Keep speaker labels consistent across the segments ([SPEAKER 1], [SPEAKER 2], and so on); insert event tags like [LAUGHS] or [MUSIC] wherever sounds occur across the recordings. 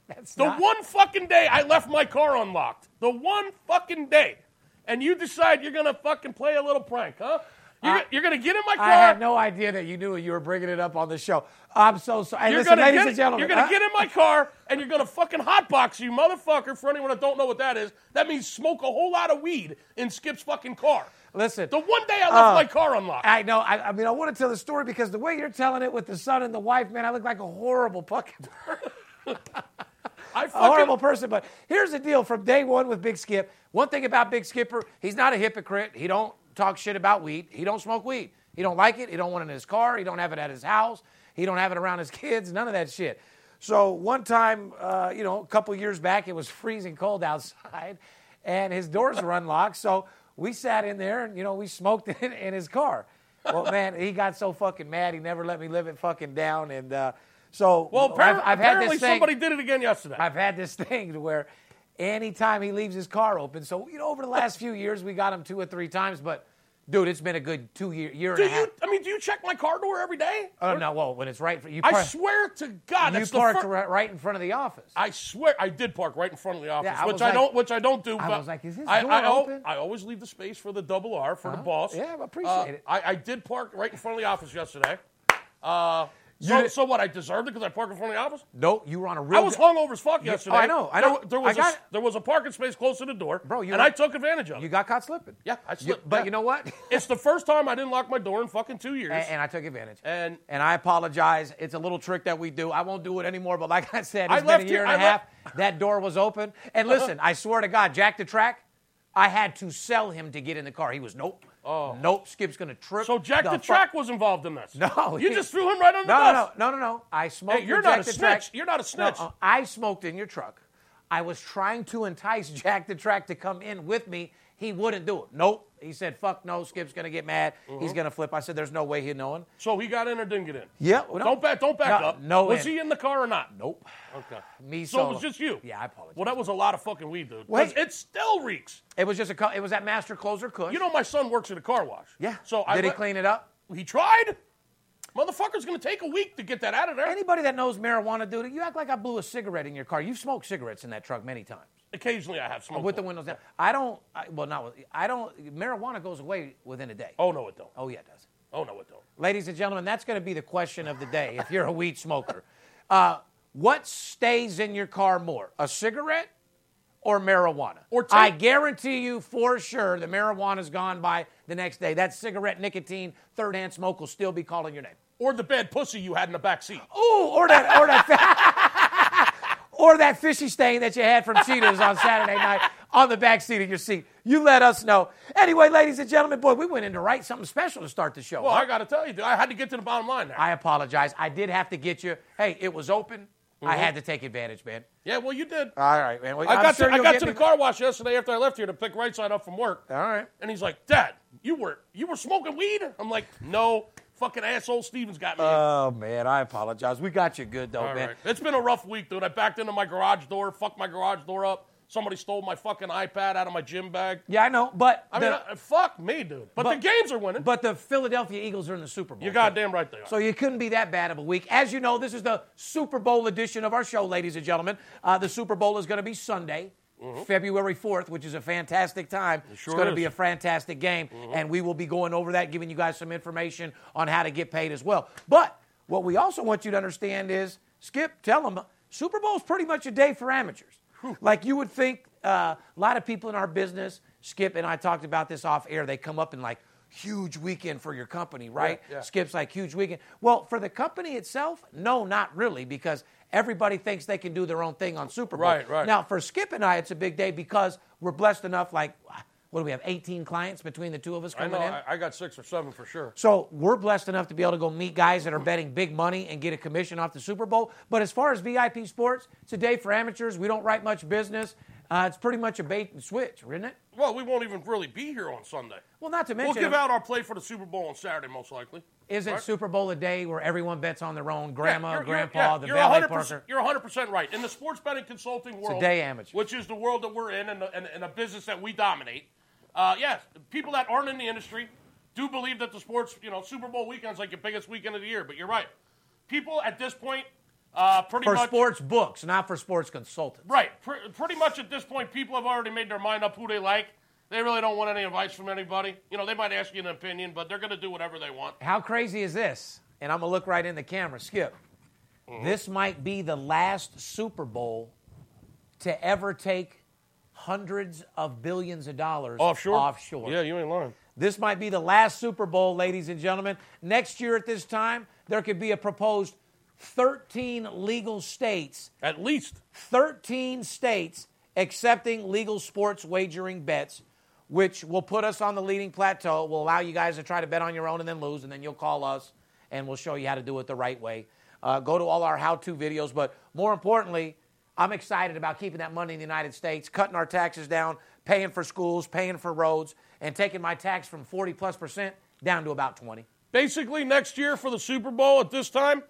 [SPEAKER 1] That's
[SPEAKER 2] The
[SPEAKER 1] not-
[SPEAKER 2] one fucking day I left my car unlocked. The one fucking day. And you decide you're gonna fucking play a little prank, huh? You're,
[SPEAKER 1] I-
[SPEAKER 2] you're gonna get in my car.
[SPEAKER 1] Uh, I had no idea that you knew it. you were bringing it up on the show. I'm so sorry. Hey,
[SPEAKER 2] you're
[SPEAKER 1] listen,
[SPEAKER 2] gonna,
[SPEAKER 1] ladies
[SPEAKER 2] get,
[SPEAKER 1] and gentlemen, uh,
[SPEAKER 2] you're gonna
[SPEAKER 1] huh?
[SPEAKER 2] get in my car and you're gonna fucking hotbox you motherfucker for anyone that don't know what that is. That means smoke a whole lot of weed in Skip's fucking car.
[SPEAKER 1] Listen.
[SPEAKER 2] The one day I left
[SPEAKER 1] Uh,
[SPEAKER 2] my car unlocked.
[SPEAKER 1] I know. I, I mean, I want to tell the story because the way you're telling it with the son and the wife, man, I look like a horrible fucking,
[SPEAKER 2] I
[SPEAKER 1] a
[SPEAKER 2] fucking
[SPEAKER 1] horrible person. But here's the deal: from day one with Big Skip, one thing about Big Skipper, he's not a hypocrite. He don't talk shit about weed. He don't smoke weed. He don't like it. He don't want it in his car. He don't have it at his house. He don't have it around his [LAUGHS] kids. None of that shit. So one time, uh, you know, a couple years back, it was freezing cold outside, and his doors were unlocked. So we sat in there and you know we smoked [LAUGHS] in, in his car. Well, man, he got so fucking mad. He never let me live it fucking down. And uh, so
[SPEAKER 2] Well, apparently,
[SPEAKER 1] I've, I've had
[SPEAKER 2] apparently
[SPEAKER 1] this thing.
[SPEAKER 2] somebody did it again yesterday.
[SPEAKER 1] I've had this [LAUGHS] thing to where anytime he leaves his car open, so you know, over the last few years we got him two or three times, but dude, it's been a good two year year
[SPEAKER 2] do
[SPEAKER 1] and a half.
[SPEAKER 2] you? I mean, do you check my car door every day?
[SPEAKER 1] Oh no, well when it's right for you.
[SPEAKER 2] I
[SPEAKER 1] park-
[SPEAKER 2] swear to God,
[SPEAKER 1] you
[SPEAKER 2] that's
[SPEAKER 1] parked
[SPEAKER 2] the fir-
[SPEAKER 1] ri- right in front of the office.
[SPEAKER 2] I swear, I did park right in front of the office,
[SPEAKER 1] Yeah, I
[SPEAKER 2] which
[SPEAKER 1] was
[SPEAKER 2] I
[SPEAKER 1] like-
[SPEAKER 2] don't, which I don't do.
[SPEAKER 1] I
[SPEAKER 2] but
[SPEAKER 1] was like, is this
[SPEAKER 2] I,
[SPEAKER 1] door
[SPEAKER 2] I, al-
[SPEAKER 1] open? Oh,
[SPEAKER 2] I always leave the space for the double R for the boss.
[SPEAKER 1] Yeah, I appreciate
[SPEAKER 2] Uh,
[SPEAKER 1] it.
[SPEAKER 2] I, I did park right in front of the office yesterday. Uh, so,
[SPEAKER 1] did-
[SPEAKER 2] so what? I deserved it because I parked in front of the office.
[SPEAKER 1] no, you were on a real.
[SPEAKER 2] I was
[SPEAKER 1] good-
[SPEAKER 2] hungover as fuck yesterday.
[SPEAKER 1] oh, I know, I
[SPEAKER 2] There-
[SPEAKER 1] know.
[SPEAKER 2] There, was
[SPEAKER 1] I got
[SPEAKER 2] a,
[SPEAKER 1] it.
[SPEAKER 2] there was a parking space close to the door,
[SPEAKER 1] Bro, you
[SPEAKER 2] and
[SPEAKER 1] were-
[SPEAKER 2] I took advantage of it.
[SPEAKER 1] You got caught slipping.
[SPEAKER 2] Yeah, I
[SPEAKER 1] You-
[SPEAKER 2] slipped,
[SPEAKER 1] but
[SPEAKER 2] yeah.
[SPEAKER 1] you know [LAUGHS] what?
[SPEAKER 2] it's the first time I didn't lock my door in fucking two years.
[SPEAKER 1] and, and I took advantage.
[SPEAKER 2] And-
[SPEAKER 1] and I apologize. It's a little trick that we do. I won't do it anymore. But like [LAUGHS] I said,
[SPEAKER 2] I
[SPEAKER 1] it's been
[SPEAKER 2] left Uh-huh.
[SPEAKER 1] a
[SPEAKER 2] here-
[SPEAKER 1] year and a
[SPEAKER 2] I
[SPEAKER 1] half. that door was open. And listen, I swear to God, Jack the Track, I had to sell him to get in the car. He was nope, oh. nope. Skip's gonna trip.
[SPEAKER 2] So Jack the,
[SPEAKER 1] fuck-
[SPEAKER 2] Track was involved in this.
[SPEAKER 1] No,
[SPEAKER 2] you
[SPEAKER 1] he-
[SPEAKER 2] just threw him right under the
[SPEAKER 1] No,
[SPEAKER 2] bus.
[SPEAKER 1] no, no, no, no. I smoked.
[SPEAKER 2] Hey, you're
[SPEAKER 1] with
[SPEAKER 2] not
[SPEAKER 1] Jack
[SPEAKER 2] a
[SPEAKER 1] the Track.
[SPEAKER 2] snitch. You're not a snitch.
[SPEAKER 1] No, uh, I smoked in your truck. I was trying to entice Jack the Track to come in with me. He wouldn't do it. Nope. He said, "Fuck no." Skip's gonna get mad.
[SPEAKER 2] Uh-huh.
[SPEAKER 1] He's gonna flip. I said, "There's no way he'd know him."
[SPEAKER 2] So he got in or didn't get in.
[SPEAKER 1] Yeah. well, no.
[SPEAKER 2] Don't back. Don't back
[SPEAKER 1] No,
[SPEAKER 2] up.
[SPEAKER 1] no
[SPEAKER 2] Was
[SPEAKER 1] in.
[SPEAKER 2] he in the car or not?
[SPEAKER 1] Nope.
[SPEAKER 2] Okay. So
[SPEAKER 1] Me
[SPEAKER 2] it
[SPEAKER 1] solo.
[SPEAKER 2] was just you.
[SPEAKER 1] Yeah, I apologize.
[SPEAKER 2] Well, that was a lot of fucking weed, dude. 'Cause
[SPEAKER 1] Wait.
[SPEAKER 2] it still reeks.
[SPEAKER 1] It was just a. co- It was that master closer Kush.
[SPEAKER 2] You know, my son works at a car wash.
[SPEAKER 1] Yeah.
[SPEAKER 2] So
[SPEAKER 1] did
[SPEAKER 2] I
[SPEAKER 1] he
[SPEAKER 2] let-
[SPEAKER 1] clean it up?
[SPEAKER 2] He tried. Motherfucker's gonna take a week to get that out of there.
[SPEAKER 1] Anybody that knows marijuana, dude, you act like I blew a cigarette in your car. You've smoked cigarettes in that truck many times
[SPEAKER 2] Occasionally, I have smoke.
[SPEAKER 1] with the
[SPEAKER 2] though.
[SPEAKER 1] windows down. I don't. I, well, not. with- I don't. Marijuana goes away within a day.
[SPEAKER 2] Oh no, it don't.
[SPEAKER 1] Oh, yeah, it does.
[SPEAKER 2] Oh no, it don't.
[SPEAKER 1] Ladies and gentlemen, that's going to be the question of the day. If you're a weed smoker, uh, what stays in your car more, a cigarette or marijuana?
[SPEAKER 2] Or take-
[SPEAKER 1] I guarantee you for sure the marijuana's gone by the next day. That cigarette nicotine, third-hand smoke will still be calling your name.
[SPEAKER 2] Or the bad pussy you had in the back seat.
[SPEAKER 1] Ooh, or that, or that, [LAUGHS] or that fishy stain that you had from Cheetahs on Saturday night on the back seat of your seat. You let us know. Anyway, ladies and gentlemen, boy, we went in to write something special to start the show.
[SPEAKER 2] Well,
[SPEAKER 1] huh?
[SPEAKER 2] I gotta tell you, dude, I had to get to the bottom line there.
[SPEAKER 1] I apologize. I did have to get you. Hey, it was open. I had to take advantage, man.
[SPEAKER 2] Yeah, well, you did.
[SPEAKER 1] Mm-hmm. All right, man. Well,
[SPEAKER 2] I
[SPEAKER 1] I'm
[SPEAKER 2] got
[SPEAKER 1] sure
[SPEAKER 2] to, I
[SPEAKER 1] you'll
[SPEAKER 2] got
[SPEAKER 1] get
[SPEAKER 2] to the
[SPEAKER 1] me-
[SPEAKER 2] car wash yesterday after I left here to pick right side up from work.
[SPEAKER 1] All right.
[SPEAKER 2] And he's like, Dad, you were you were smoking weed? I'm like, No, fucking asshole Stevens got me.
[SPEAKER 1] Oh man, I apologize. We got you good though,
[SPEAKER 2] All
[SPEAKER 1] man.
[SPEAKER 2] right. It's been a rough week, dude. I backed into my garage door, fucked my garage door up. Somebody stole my fucking iPad out of my gym bag.
[SPEAKER 1] Yeah, I know, but
[SPEAKER 2] I
[SPEAKER 1] the,
[SPEAKER 2] mean, I, fuck me, dude. But, the
[SPEAKER 1] But-
[SPEAKER 2] games are winning.
[SPEAKER 1] but the Philadelphia Eagles are in the Super Bowl.
[SPEAKER 2] You're goddamn right they are.
[SPEAKER 1] So you couldn't be that bad of a week. As you know, this is the Super Bowl edition of our show, ladies and gentlemen. Uh, the Super Bowl is going to be Sunday, February 4th, which is a fantastic time.
[SPEAKER 2] Mm-hmm. sure
[SPEAKER 1] it's going
[SPEAKER 2] is.
[SPEAKER 1] to be a fantastic game,
[SPEAKER 2] Mm-hmm.
[SPEAKER 1] and we will be going over that, giving you guys some information on how to get paid as well. But what we also want you to understand is, Skip, tell them Super Bowl is pretty much a day for amateurs. Like you would think, uh, a lot of people in our business, Skip and I talked about this off air. They come up and like huge weekend for your company, right?
[SPEAKER 2] yeah.
[SPEAKER 1] Skip's like huge weekend. Well, for the company itself, no, not really, because everybody thinks they can do their own thing on Super Bowl.
[SPEAKER 2] Right, right.
[SPEAKER 1] Now, for Skip and I, it's a big day because we're blessed enough. Like, what do we have? 18 clients between the two of us
[SPEAKER 2] I
[SPEAKER 1] coming
[SPEAKER 2] know.
[SPEAKER 1] in.
[SPEAKER 2] I, I got six or seven for sure.
[SPEAKER 1] So we're blessed enough to be able to go meet guys that are betting big money and get a commission off the Super Bowl. But as far as VIP sports, it's a day for amateurs. We don't write much business. Uh, it's pretty much a bait and switch, isn't it?
[SPEAKER 2] Well, we won't even really be here on Sunday.
[SPEAKER 1] Well, not to
[SPEAKER 2] We'll
[SPEAKER 1] mention,
[SPEAKER 2] give out our play for the Super Bowl on Saturday, most likely.
[SPEAKER 1] isn't
[SPEAKER 2] Right?
[SPEAKER 1] Super Bowl a day where everyone bets on their own
[SPEAKER 2] Yeah,
[SPEAKER 1] grandma,
[SPEAKER 2] you're- you're-
[SPEAKER 1] grandpa,
[SPEAKER 2] yeah,
[SPEAKER 1] the
[SPEAKER 2] you're
[SPEAKER 1] valet
[SPEAKER 2] 100%
[SPEAKER 1] parker?
[SPEAKER 2] You're 100% right. In the sports betting consulting world,
[SPEAKER 1] day amateur.
[SPEAKER 2] which is the world that we're in and the, and, and the business that we dominate, uh, yes, people that aren't in the industry do believe that the sports, you know, Super Bowl weekend's like your biggest weekend of the year, but you're right. People at this point, uh, pretty
[SPEAKER 1] for
[SPEAKER 2] much.
[SPEAKER 1] sports books, not for sports consultants.
[SPEAKER 2] Right. Pre- pretty much at this point, people have already made their mind up who they like. They really don't want any advice from anybody. You know, they might ask you an opinion, but they're going to do whatever they want.
[SPEAKER 1] How crazy is this? And I'm gonna look right in the camera. Skip. This might be the last Super Bowl to ever take hundreds of billions of dollars Offshore.
[SPEAKER 2] you ain't lying.
[SPEAKER 1] This might be the last Super Bowl, ladies and gentlemen. Next year at this time, there could be a proposed 13 legal states
[SPEAKER 2] At least.
[SPEAKER 1] 13 states accepting legal sports wagering bets, which will put us on the leading plateau, will allow you guys to try to bet on your own and then lose, and then you'll call us and we'll show you how to do it the right way. Uh, go to all our how to videos, but more importantly, I'm excited about keeping that money in the United States, cutting our taxes down, paying for schools, paying for roads, and taking my tax from 40 plus percent down to about 20.
[SPEAKER 2] Basically, next year for the Super Bowl at this time,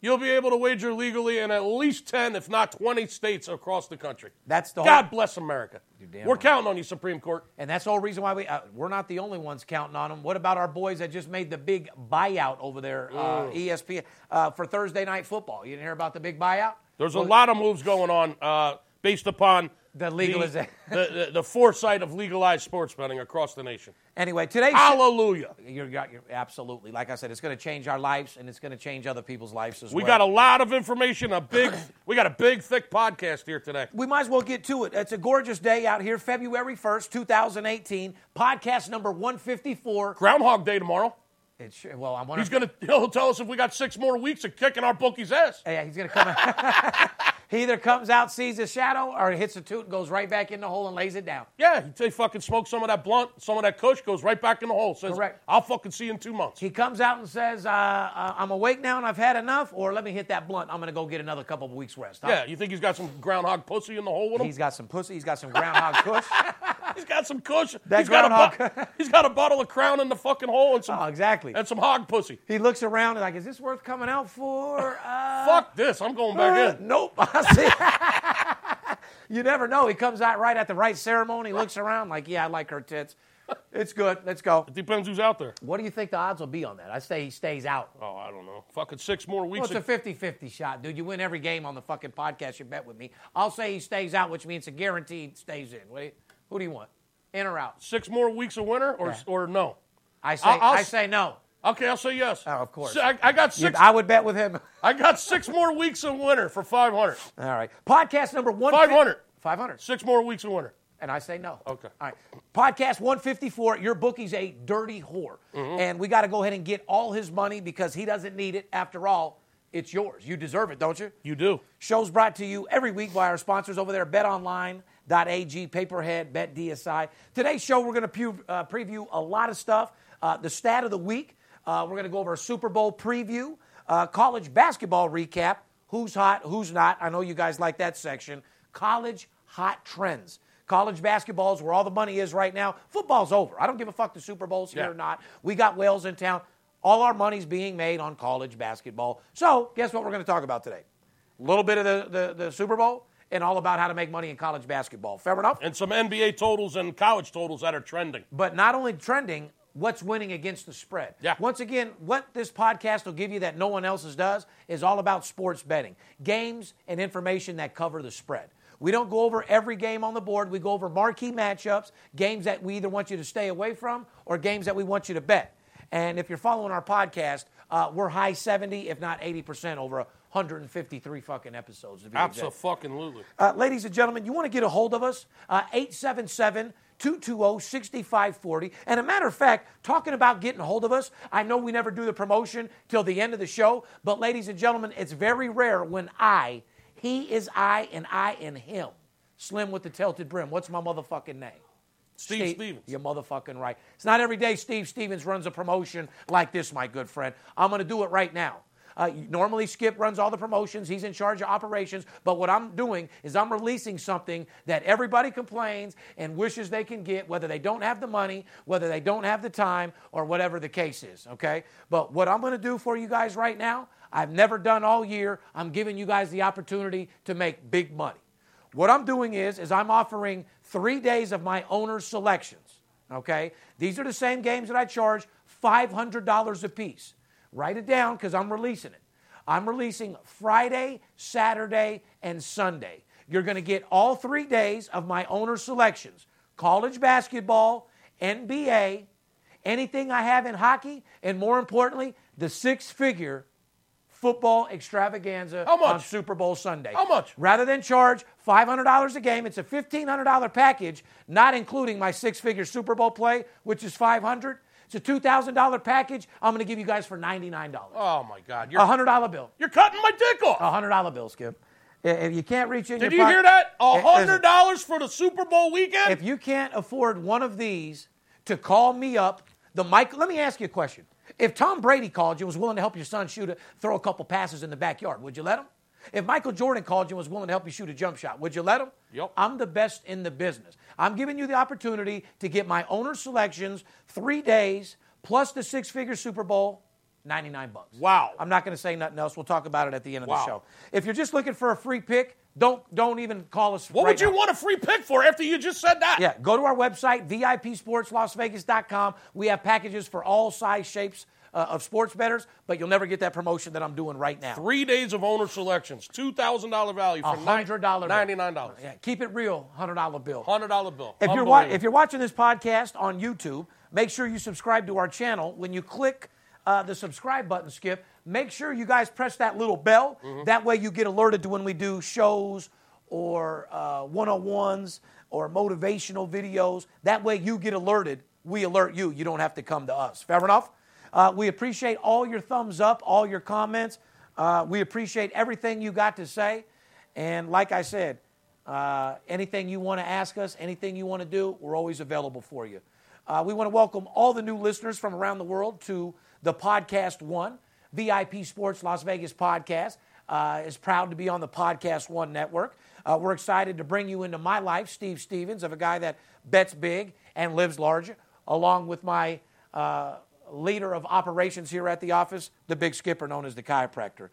[SPEAKER 2] you'll be able to wager legally in at least 10, if not 20 states across the country.
[SPEAKER 1] That's the whole
[SPEAKER 2] God bless America.
[SPEAKER 1] damn
[SPEAKER 2] We're
[SPEAKER 1] right.
[SPEAKER 2] counting on you, Supreme Court.
[SPEAKER 1] And that's the whole reason why we uh, we're not the only ones counting on them. What about our boys that just made the big buyout over there, uh, ESPN uh, for Thursday night football? You didn't hear about the big buyout?
[SPEAKER 2] There's a lot of moves going on uh, based upon
[SPEAKER 1] The legaliza-
[SPEAKER 2] the, the, the foresight of legalized sports betting across the
[SPEAKER 1] [LAUGHS]
[SPEAKER 2] nation.
[SPEAKER 1] Anyway, today's
[SPEAKER 2] Hallelujah.
[SPEAKER 1] you're, got- you're- absolutely like I said, it's going to change our lives and it's going to change other people's lives as
[SPEAKER 2] We
[SPEAKER 1] well.
[SPEAKER 2] got a lot of information. A big, we got a big, thick podcast here today.
[SPEAKER 1] we might as well get to it. It's a gorgeous day out here, February 1st, 2018. Podcast number 154.
[SPEAKER 2] Groundhog Day tomorrow.
[SPEAKER 1] It sure- well, I wonder
[SPEAKER 2] He's gonna he'll tell us if we got six more weeks of kicking our bookie's ass.
[SPEAKER 1] [LAUGHS] Yeah, he's gonna come. out. [LAUGHS] he either comes out, sees a shadow, or hits a toot, goes right back in the hole and lays it down.
[SPEAKER 2] Yeah, he he fucking smokes some of that blunt, some of that Kush goes right back in the hole. Says,
[SPEAKER 1] Correct.
[SPEAKER 2] "I'll fucking see you in two months."
[SPEAKER 1] He comes out and says, uh, uh, "I'm awake now and I've had enough," or "Let me hit that blunt. I'm gonna go get another couple of weeks rest."
[SPEAKER 2] yeah, you think he's got some groundhog pussy in the hole with him?
[SPEAKER 1] He's got some pussy. He's got
[SPEAKER 2] [LAUGHS]
[SPEAKER 1] some groundhog push.
[SPEAKER 2] he's got some Kush.
[SPEAKER 1] That
[SPEAKER 2] he's got a
[SPEAKER 1] groundhog. [LAUGHS]
[SPEAKER 2] he's got a bottle of Crown in the fucking hole and some
[SPEAKER 1] oh, exactly.
[SPEAKER 2] and some hog pussy.
[SPEAKER 1] He looks around and like, "Is this worth coming out for?" Uh,
[SPEAKER 2] Fuck this! I'm going back in.
[SPEAKER 1] [LAUGHS] Nope. I see. [LAUGHS] you never know. He comes out right at the right ceremony. Looks around like, "Yeah, I like her tits. It's good. Let's go."
[SPEAKER 2] Depends who's out there.
[SPEAKER 1] What do you think the odds will be on that? I say he stays out.
[SPEAKER 2] Oh, I don't know. Fucking six more
[SPEAKER 1] Well,
[SPEAKER 2] weeks.
[SPEAKER 1] it's a
[SPEAKER 2] of,
[SPEAKER 1] 50 50 shot, dude. You win every game on the fucking podcast you bet with me. I'll say he stays out, which means a guaranteed stays in. What do you, who do you want? In or out?
[SPEAKER 2] six more weeks of winter, or
[SPEAKER 1] Yeah.
[SPEAKER 2] or no?
[SPEAKER 1] I say,
[SPEAKER 2] I'll- I'll
[SPEAKER 1] I
[SPEAKER 2] s-
[SPEAKER 1] say no.
[SPEAKER 2] Okay, I'll say yes.
[SPEAKER 1] Oh, of course.
[SPEAKER 2] So I, I got six.
[SPEAKER 1] I would bet with him. [LAUGHS]
[SPEAKER 2] I got six more weeks of winter for 500.
[SPEAKER 1] All right. Podcast number one.
[SPEAKER 2] 500.
[SPEAKER 1] 500.
[SPEAKER 2] Six more weeks of winter.
[SPEAKER 1] And I say no.
[SPEAKER 2] Okay.
[SPEAKER 1] All right. Podcast 154. Your bookie's a dirty whore. And we got to go ahead and get all his money because he doesn't need it. After all, it's yours. You deserve it, don't you?
[SPEAKER 2] You do.
[SPEAKER 1] Shows brought to you every week by our sponsors over there, betonline.ag, paperhead, betdsi. Today's show, we're going to pu- uh, preview a lot of stuff. Uh, the stat of the week, uh, we're going to go over a Super Bowl preview, uh, college basketball recap, who's hot, who's not. I know you guys like that section. College hot trends. College basketball is where all the money is right now. Football's over. I don't give a fuck the Super Bowl's here
[SPEAKER 2] Yeah.
[SPEAKER 1] or not. We got whales in town. All our money's being made on college basketball. So, guess what we're going to talk about today? A little bit of the, the, the Super Bowl and all about how to make money in college basketball. Fair enough?
[SPEAKER 2] And some NBA totals and college totals that are trending.
[SPEAKER 1] but not only trending, what's winning against the spread.
[SPEAKER 2] Yeah.
[SPEAKER 1] Once again, what this podcast will give you that no one else's does is all about sports betting, games, and information that cover the spread. We don't go over every game on the board. We go over marquee matchups, games that we either want you to stay away from or games that we want you to bet. And if you're following our podcast, uh, we're high 70, if not 80%, over 153 fucking episodes. To be exact.
[SPEAKER 2] Absolutely.
[SPEAKER 1] Uh, ladies and gentlemen, you want to get a hold of us? Uh, 877 220 6540. oh. And a matter of fact, talking about getting a hold of us, I know we never do the promotion till the end of the show, but ladies and gentlemen, it's very rare when I, he is I, and I and him, Slim with the Tilted Brim. What's my motherfucking name?
[SPEAKER 2] Steve Stevens.
[SPEAKER 1] You're motherfucking right. It's not every day Steve Stevens runs a promotion like this, my good friend. I'm going to do it right now. Uh, normally, Skip runs all the promotions. He's in charge of operations. But what I'm doing is I'm releasing something that everybody complains and wishes they can get, whether they don't have the money, whether they don't have the time, or whatever the case is. Okay? But what I'm going to do for you guys right now, I've never done all year. I'm giving you guys the opportunity to make big money. What I'm doing is, is I'm offering three days of my owner's selections. Okay, these are the same games that I charge $500 a piece. Write it down because I'm releasing it. I'm releasing Friday, Saturday, and Sunday. You're going to get all three days of my owner's selections: college basketball, NBA, anything I have in hockey, and more importantly, the six-figure football extravaganza
[SPEAKER 2] How much?
[SPEAKER 1] on Super Bowl Sunday.
[SPEAKER 2] How much?
[SPEAKER 1] Rather than charge $500 a game, it's a $1,500 package, not including my six figure Super Bowl play, which is 500 It's a $2,000 package I'm going to give you guys for $99.
[SPEAKER 2] Oh my God,
[SPEAKER 1] A
[SPEAKER 2] you're,
[SPEAKER 1] $100 bill.
[SPEAKER 2] you're cutting my dick off.
[SPEAKER 1] A $100 bill, Skip. If you can't reach in
[SPEAKER 2] Did
[SPEAKER 1] your
[SPEAKER 2] you
[SPEAKER 1] pocket-
[SPEAKER 2] hear that? A
[SPEAKER 1] It- listen.
[SPEAKER 2] hundred dollars for the Super Bowl weekend.
[SPEAKER 1] if you can't afford one of these to call me up, the mic. Let me ask you a question. If Tom Brady called you and was willing to help your son shoot a, throw a couple passes in the backyard, would you let him? If Michael Jordan called you and was willing to help you shoot a jump shot, would you let him?
[SPEAKER 2] Yep.
[SPEAKER 1] I'm the best in the business. I'm giving you the opportunity to get my owner selections three days plus the six figure Super Bowl, 99 bucks.
[SPEAKER 2] Wow.
[SPEAKER 1] I'm not going to say nothing else. We'll talk about it at the end of
[SPEAKER 2] Wow.
[SPEAKER 1] the show. If you're just looking for a free pick, don't don't even call us.
[SPEAKER 2] what
[SPEAKER 1] right
[SPEAKER 2] would you
[SPEAKER 1] now.
[SPEAKER 2] want a free pick for after you just said that?
[SPEAKER 1] Yeah, go to our website, VIPSportsLasVegas.com. We have packages for all size shapes uh, of sports bettors, but you'll never get that promotion that I'm doing right now.
[SPEAKER 2] Three days of owner selections, two thousand dollar value for
[SPEAKER 1] $100 bill.
[SPEAKER 2] ninety nine dollars,
[SPEAKER 1] Yeah, keep it real, $100 bill.
[SPEAKER 2] hundred dollar bill.
[SPEAKER 1] If you're, wa-
[SPEAKER 2] Unbelievable.
[SPEAKER 1] if you're watching this podcast on YouTube, make sure you subscribe to our channel. When you click uh, the subscribe button, Skip, make sure you guys press that little bell. That way you get alerted to when we do shows or uh, one-on-ones or motivational videos. That way you get alerted. We alert you. You don't have to come to us. Fair enough? Uh, we appreciate all your thumbs up, all your comments. Uh, we appreciate everything you got to say. And like I said, uh, anything you want to ask us, anything you want to do, we're always available for you. Uh, we want to welcome all the new listeners from around the world to the Podcast One, VIP Sports Las Vegas podcast. Uh, is proud to be on the Podcast One network. Uh, we're excited to bring you into my life, Steve Stevens, of a guy that bets big and lives large, along with my uh, leader of operations here at the office, the big skipper known as the chiropractor.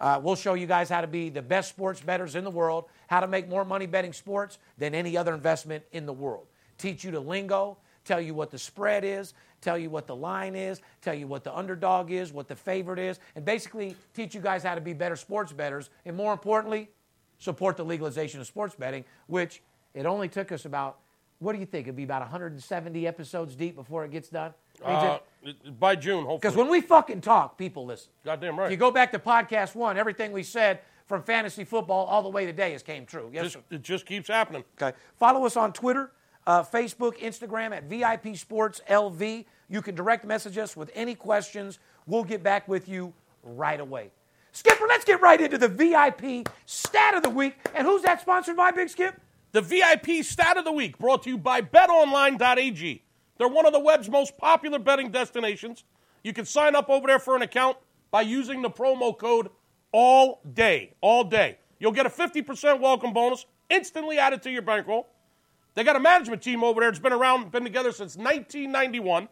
[SPEAKER 1] Uh, we'll show you guys how to be the best sports bettors in the world, how to make more money betting sports than any other investment in the world. Teach you the lingo, tell you what the spread is, tell you what the line is, tell you what the underdog is, what the favorite is, and basically teach you guys how to be better sports bettors. And more importantly, support the legalization of sports betting, which it only took us about, what do you think? It'd be about 170 episodes deep before it gets done?
[SPEAKER 2] uh, it- by June, hopefully.
[SPEAKER 1] Because when we fucking talk, people listen.
[SPEAKER 2] Goddamn right.
[SPEAKER 1] If you go back to podcast one, everything we said from fantasy football all the way today has came true. Yes,
[SPEAKER 2] Just-
[SPEAKER 1] sir.
[SPEAKER 2] it just keeps happening.
[SPEAKER 1] Okay. Follow us on Twitter, uh, Facebook, Instagram at VIP Sports LV. You can direct message us with any questions. We'll get back with you right away. Skipper, let's get right into the VIP stat of the week. And who's that sponsored by, Big Skip?
[SPEAKER 2] The VIP stat of the week brought to you by betonline.ag. They're one of the web's most popular betting destinations. You can sign up over there for an account by using the promo code all day, all day. You'll get a 50% welcome bonus instantly added to your bankroll. They got a management team over there that's been around, been together since 1991.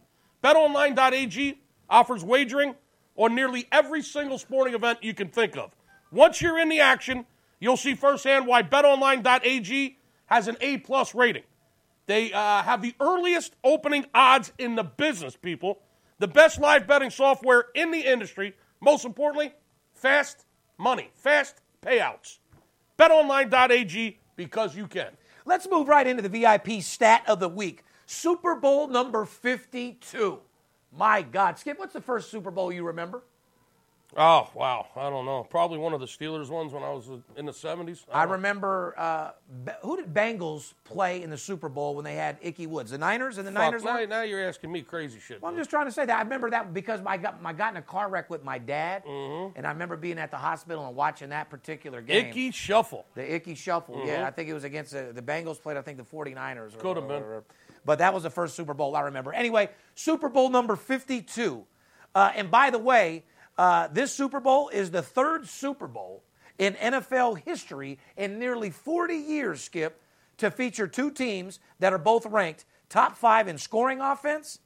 [SPEAKER 2] BetOnline.ag offers wagering on nearly every single sporting event you can think of. Once you're in the action, you'll see firsthand why BetOnline.ag has an A plus rating. They uh, have the earliest opening odds in the business, people. The best live betting software in the industry. Most importantly, fast money, fast payouts. BetOnline.ag because you can.
[SPEAKER 1] Let's move right into the VIP stat of the week. Super Bowl number 52. My God, Skip, what's the first Super Bowl you remember?
[SPEAKER 2] Oh wow, I don't know. Probably one of the Steelers ones when I was in the seventies.
[SPEAKER 1] I remember uh, Ba- who did Bengals play in the Super Bowl when they had Icky Woods? The Niners and the Niners.
[SPEAKER 2] Fuck, now,
[SPEAKER 1] won?
[SPEAKER 2] now you're asking me crazy shit.
[SPEAKER 1] Well, I'm
[SPEAKER 2] dude.
[SPEAKER 1] just trying to say that. I remember that because I got, I got in a car wreck with my dad, and I remember being at the hospital and watching that particular game.
[SPEAKER 2] Icky shuffle.
[SPEAKER 1] The Icky Shuffle. Yeah, I think it was against uh, the, the Bengals played, I think, the 49ers. Or,
[SPEAKER 2] Could have been.
[SPEAKER 1] or- but that was the first Super Bowl I remember. Anyway, Super Bowl number 52. Uh, and by the way, uh, this Super Bowl is the third Super Bowl in NFL history in nearly 40 years, Skip, to feature two teams that are both ranked top five in scoring offense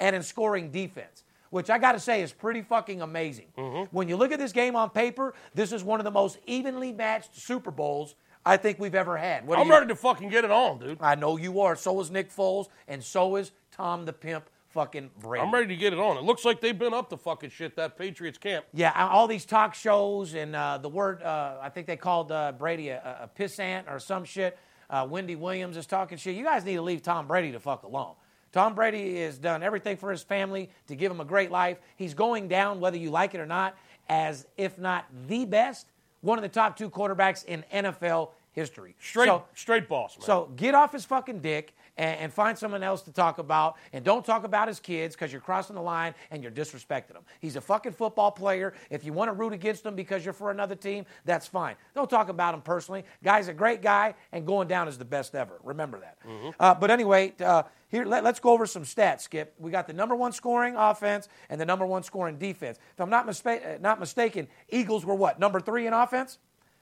[SPEAKER 1] and in scoring defense, which I got to say is pretty fucking amazing.
[SPEAKER 2] Mm-hmm.
[SPEAKER 1] When you look at this game on paper, this is one of the most evenly matched Super Bowls I think we've ever had. What do
[SPEAKER 2] I'm
[SPEAKER 1] you-
[SPEAKER 2] ready to fucking get it on, dude.
[SPEAKER 1] I know you are. So is Nick Foles, and so is Tom the Pimp fucking Brady.
[SPEAKER 2] I'm ready to get it on. It looks like they've been up to fucking shit that Patriots camp.
[SPEAKER 1] Yeah, I- all these talk shows and uh, the word, uh, I think they called uh, Brady a, a pissant or some shit. Uh, Wendy Williams is talking shit. You guys need to leave Tom Brady to fuck alone. Tom Brady has done everything for his family to give him a great life. He's going down, whether you like it or not, as if not the best, one of the top two quarterbacks in NFL history.
[SPEAKER 2] Straight,
[SPEAKER 1] So-
[SPEAKER 2] straight boss, man.
[SPEAKER 1] so get off his fucking dick and, and find someone else to talk about, and don't talk about his kids because you're crossing the line and you're disrespecting him. He's a fucking football player. If you want to root against him because you're for another team, that's fine. Don't talk about him personally. Guy's a great guy, and going down is the best ever. Remember that.
[SPEAKER 2] Mm-hmm.
[SPEAKER 1] Uh, but anyway, uh, here let, us go over some stats. Skip, we got the number one scoring offense and the number one scoring defense. If I'm not, mispa- uh, not mistaken, Eagles were what number three in offense?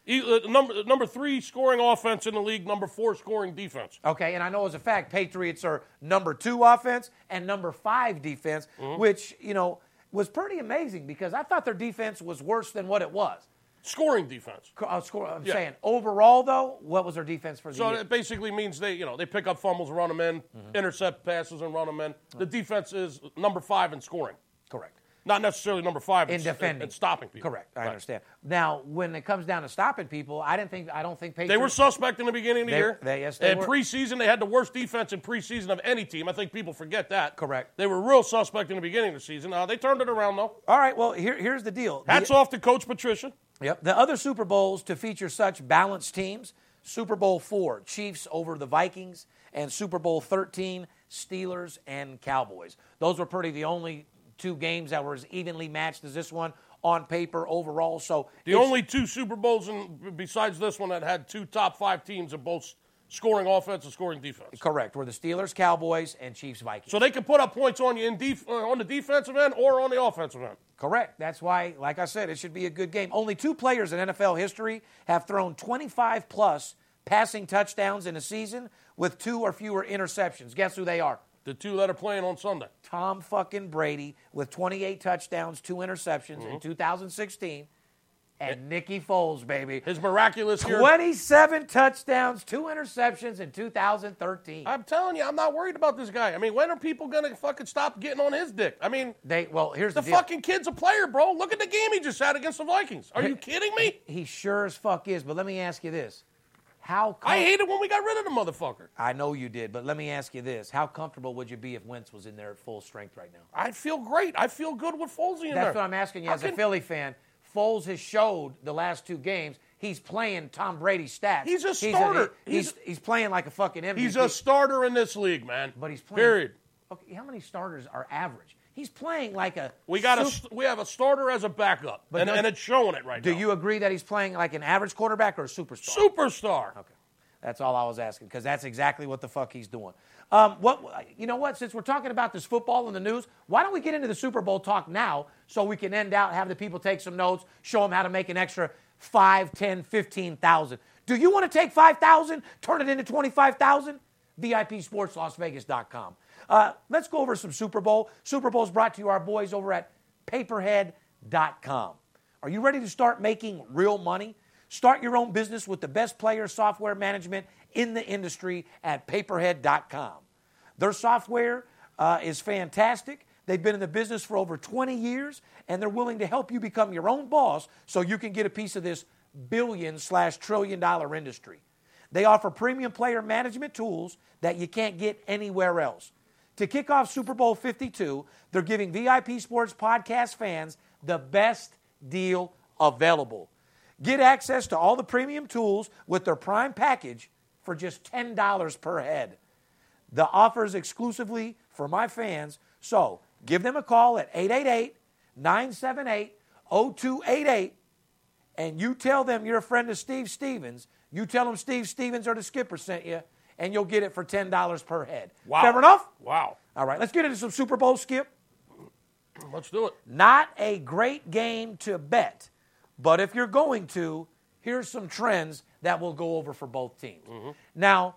[SPEAKER 2] E- uh, number number three scoring offense in the league. Number four scoring defense.
[SPEAKER 1] Okay, and I know as a fact, Patriots are number two offense and number five defense,
[SPEAKER 2] Mm-hmm.
[SPEAKER 1] which, you know, was pretty amazing because I thought their defense was worse than what it was.
[SPEAKER 2] Scoring defense.
[SPEAKER 1] Co- uh, score- I'm
[SPEAKER 2] Yeah.
[SPEAKER 1] saying overall, though, what was their defense for the
[SPEAKER 2] So
[SPEAKER 1] year?
[SPEAKER 2] it basically means they, you know, they pick up fumbles, run them in,
[SPEAKER 1] Mm-hmm.
[SPEAKER 2] intercept passes, and run them in. The defense is number five in scoring,
[SPEAKER 1] Correct.
[SPEAKER 2] not necessarily number five
[SPEAKER 1] In
[SPEAKER 2] s-
[SPEAKER 1] defending.
[SPEAKER 2] and stopping people.
[SPEAKER 1] Correct. I
[SPEAKER 2] Right.
[SPEAKER 1] understand. Now, when it comes down to stopping people, I didn't think I don't think Patriots
[SPEAKER 2] They were suspect in the beginning of the
[SPEAKER 1] They-
[SPEAKER 2] year.
[SPEAKER 1] they- yes, they
[SPEAKER 2] In
[SPEAKER 1] were.
[SPEAKER 2] preseason, they had the worst defense in preseason of any team. I think people forget that.
[SPEAKER 1] Correct.
[SPEAKER 2] They were real suspect in the beginning of the season. Uh, they turned it around though.
[SPEAKER 1] All right, well, here, here's the deal. The-
[SPEAKER 2] Hats off to Coach Patricia.
[SPEAKER 1] Yep. The other Super Bowls to feature such balanced teams Super Bowl four, Chiefs over the Vikings, and Super Bowl 13, Steelers and Cowboys. Those were pretty the only two games that were as evenly matched as this one on paper overall. So
[SPEAKER 2] The
[SPEAKER 1] it's-
[SPEAKER 2] only two Super Bowls in, besides this one that had two top five teams in both scoring offense and scoring defense.
[SPEAKER 1] Correct. Were the Steelers, Cowboys, and Chiefs, Vikings.
[SPEAKER 2] So they can put up points on you in def- uh, on the defensive end or on the offensive end.
[SPEAKER 1] Correct. That's why, like I said, it should be a good game. Only two players in NFL history have thrown 25 plus passing touchdowns in a season with two or fewer interceptions. Guess who they are?
[SPEAKER 2] The two that are playing on Sunday.
[SPEAKER 1] Tom fucking Brady with 28 touchdowns, two interceptions
[SPEAKER 2] Mm-hmm.
[SPEAKER 1] in 2016, and Nicky Foles, baby.
[SPEAKER 2] His miraculous year.
[SPEAKER 1] 27 touchdowns, two interceptions in 2013.
[SPEAKER 2] I'm telling you, I'm not worried about this guy. I mean, when are people gonna fucking stop getting on his dick? I mean,
[SPEAKER 1] They well, here's the,
[SPEAKER 2] the
[SPEAKER 1] deal.
[SPEAKER 2] fucking kid's a player, bro. Look at the game he just had against the Vikings. Are you kidding me?
[SPEAKER 1] he sure as fuck is. But let me ask you this: How com-
[SPEAKER 2] I hated when we got rid of the motherfucker.
[SPEAKER 1] I know you did, but let me ask you this: How comfortable would you be if Wentz was in there at full strength right now?
[SPEAKER 2] I feel great. I feel good with Folsey in there.
[SPEAKER 1] That's what I'm asking you
[SPEAKER 2] How
[SPEAKER 1] as a
[SPEAKER 2] can-
[SPEAKER 1] Philly fan. Foles has showed the last two games he's playing Tom Brady's stats.
[SPEAKER 2] He's a
[SPEAKER 1] an-
[SPEAKER 2] starter.
[SPEAKER 1] he's,
[SPEAKER 2] He's-
[SPEAKER 1] he's, playing like a fucking MVP.
[SPEAKER 2] He's a starter in this league, man.
[SPEAKER 1] But he's playing.
[SPEAKER 2] Period.
[SPEAKER 1] Okay, how many starters are average? He's playing like a.
[SPEAKER 2] We got a
[SPEAKER 1] sup-
[SPEAKER 2] st- we have a starter as a backup,
[SPEAKER 1] But
[SPEAKER 2] and,
[SPEAKER 1] no-
[SPEAKER 2] and it's showing it right
[SPEAKER 1] Do
[SPEAKER 2] now.
[SPEAKER 1] you agree that he's playing like an average quarterback or a superstar?
[SPEAKER 2] superstar?
[SPEAKER 1] Okay. That's all I was asking because that's exactly what the fuck he's doing. Um, what you know what? Since we're talking about this football and the news, why don't we get into the Super Bowl talk now so we can end out have the people take some notes, show them how to make an extra five, ten, fifteen thousand. Do you want to take five thousand, turn it into twenty-five thousand? VIPSportsLasVegas.com. Uh, let's go over some Super Bowl. Super Bowl is brought to you our boys over at Paperhead.com. Are you ready to start making real money? Start your own business with the best player software management in the industry at paperhead.com. Their software uh, is fantastic. They've been in the business for over 20 years, and they're willing to help you become your own boss so you can get a piece of this billion slash trillion dollar industry. They offer premium player management tools that you can't get anywhere else. To kick off Super Bowl 52, they're giving VIP Sports podcast fans the best deal available. Get access to all the premium tools with their Prime package for just $10 per head. The offer is exclusively for my fans, so give them a call at 888 978 0288 and you tell them you're a friend of Steve Stevens. You tell them Steve Stevens or the skipper sent you, and you'll get it for $10 per head.
[SPEAKER 2] Wow.
[SPEAKER 1] Fair enough?
[SPEAKER 2] Wow.
[SPEAKER 1] All right, let's get into some Super Bowl skip.
[SPEAKER 2] Let's do it.
[SPEAKER 1] Not a great game to bet, but if you're going to, here's some trends that we'll go over for both teams.
[SPEAKER 2] Mm-hmm.
[SPEAKER 1] Now,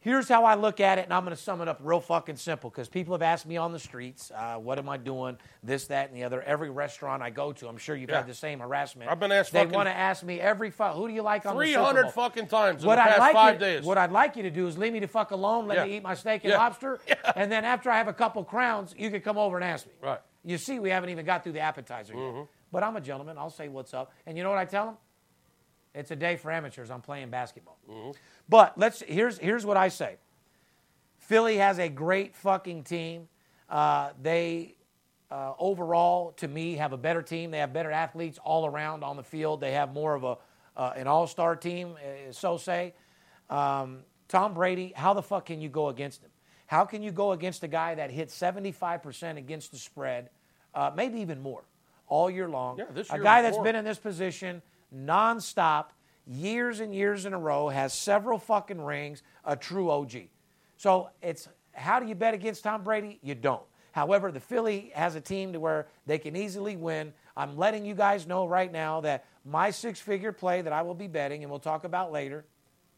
[SPEAKER 1] here's how I look at it, and I'm going to sum it up real fucking simple because people have asked me on the streets, uh, what am I doing, this, that, and the other. Every restaurant I go to, I'm sure you've
[SPEAKER 2] Yeah.
[SPEAKER 1] had the same harassment.
[SPEAKER 2] I've been asked
[SPEAKER 1] They
[SPEAKER 2] fucking-
[SPEAKER 1] want to ask me every fuck, who do you like on the Super
[SPEAKER 2] 300
[SPEAKER 1] Bowl?
[SPEAKER 2] fucking times in
[SPEAKER 1] What
[SPEAKER 2] the
[SPEAKER 1] I'd
[SPEAKER 2] past
[SPEAKER 1] like
[SPEAKER 2] five
[SPEAKER 1] you,
[SPEAKER 2] days.
[SPEAKER 1] What I'd like you to do is leave me the fuck alone, let
[SPEAKER 2] Yeah.
[SPEAKER 1] me eat my steak and
[SPEAKER 2] Yeah.
[SPEAKER 1] lobster,
[SPEAKER 2] [LAUGHS] Yeah.
[SPEAKER 1] and then after I have a couple crowns, you can come over and ask me.
[SPEAKER 2] Right. Mm-hmm.
[SPEAKER 1] You see, we haven't even got through the appetizer yet. But I'm a gentleman. I'll say what's up. And you know what I tell them? It's a day for amateurs. I'm playing basketball.
[SPEAKER 2] Mm-hmm.
[SPEAKER 1] But let's here's here's what I say. Philly has a great fucking team. Uh, they uh, overall, to me, have a better team. They have better athletes all around on the field. They have more of a uh, an all star team, uh, so say. Um, Tom Brady, how the fuck can you go against him? How can you go against a guy that hit 75% against the spread, uh, maybe even more, all year long?
[SPEAKER 2] Yeah, this
[SPEAKER 1] a
[SPEAKER 2] year
[SPEAKER 1] guy
[SPEAKER 2] was
[SPEAKER 1] that's
[SPEAKER 2] more.
[SPEAKER 1] been in this position nonstop, years and years in a row, has several fucking rings, a true OG. So it's how do you bet against Tom Brady? You don't. However, the Philly has a team to where they can easily win. I'm letting you guys know right now that my six-figure play that I will be betting and we'll talk about later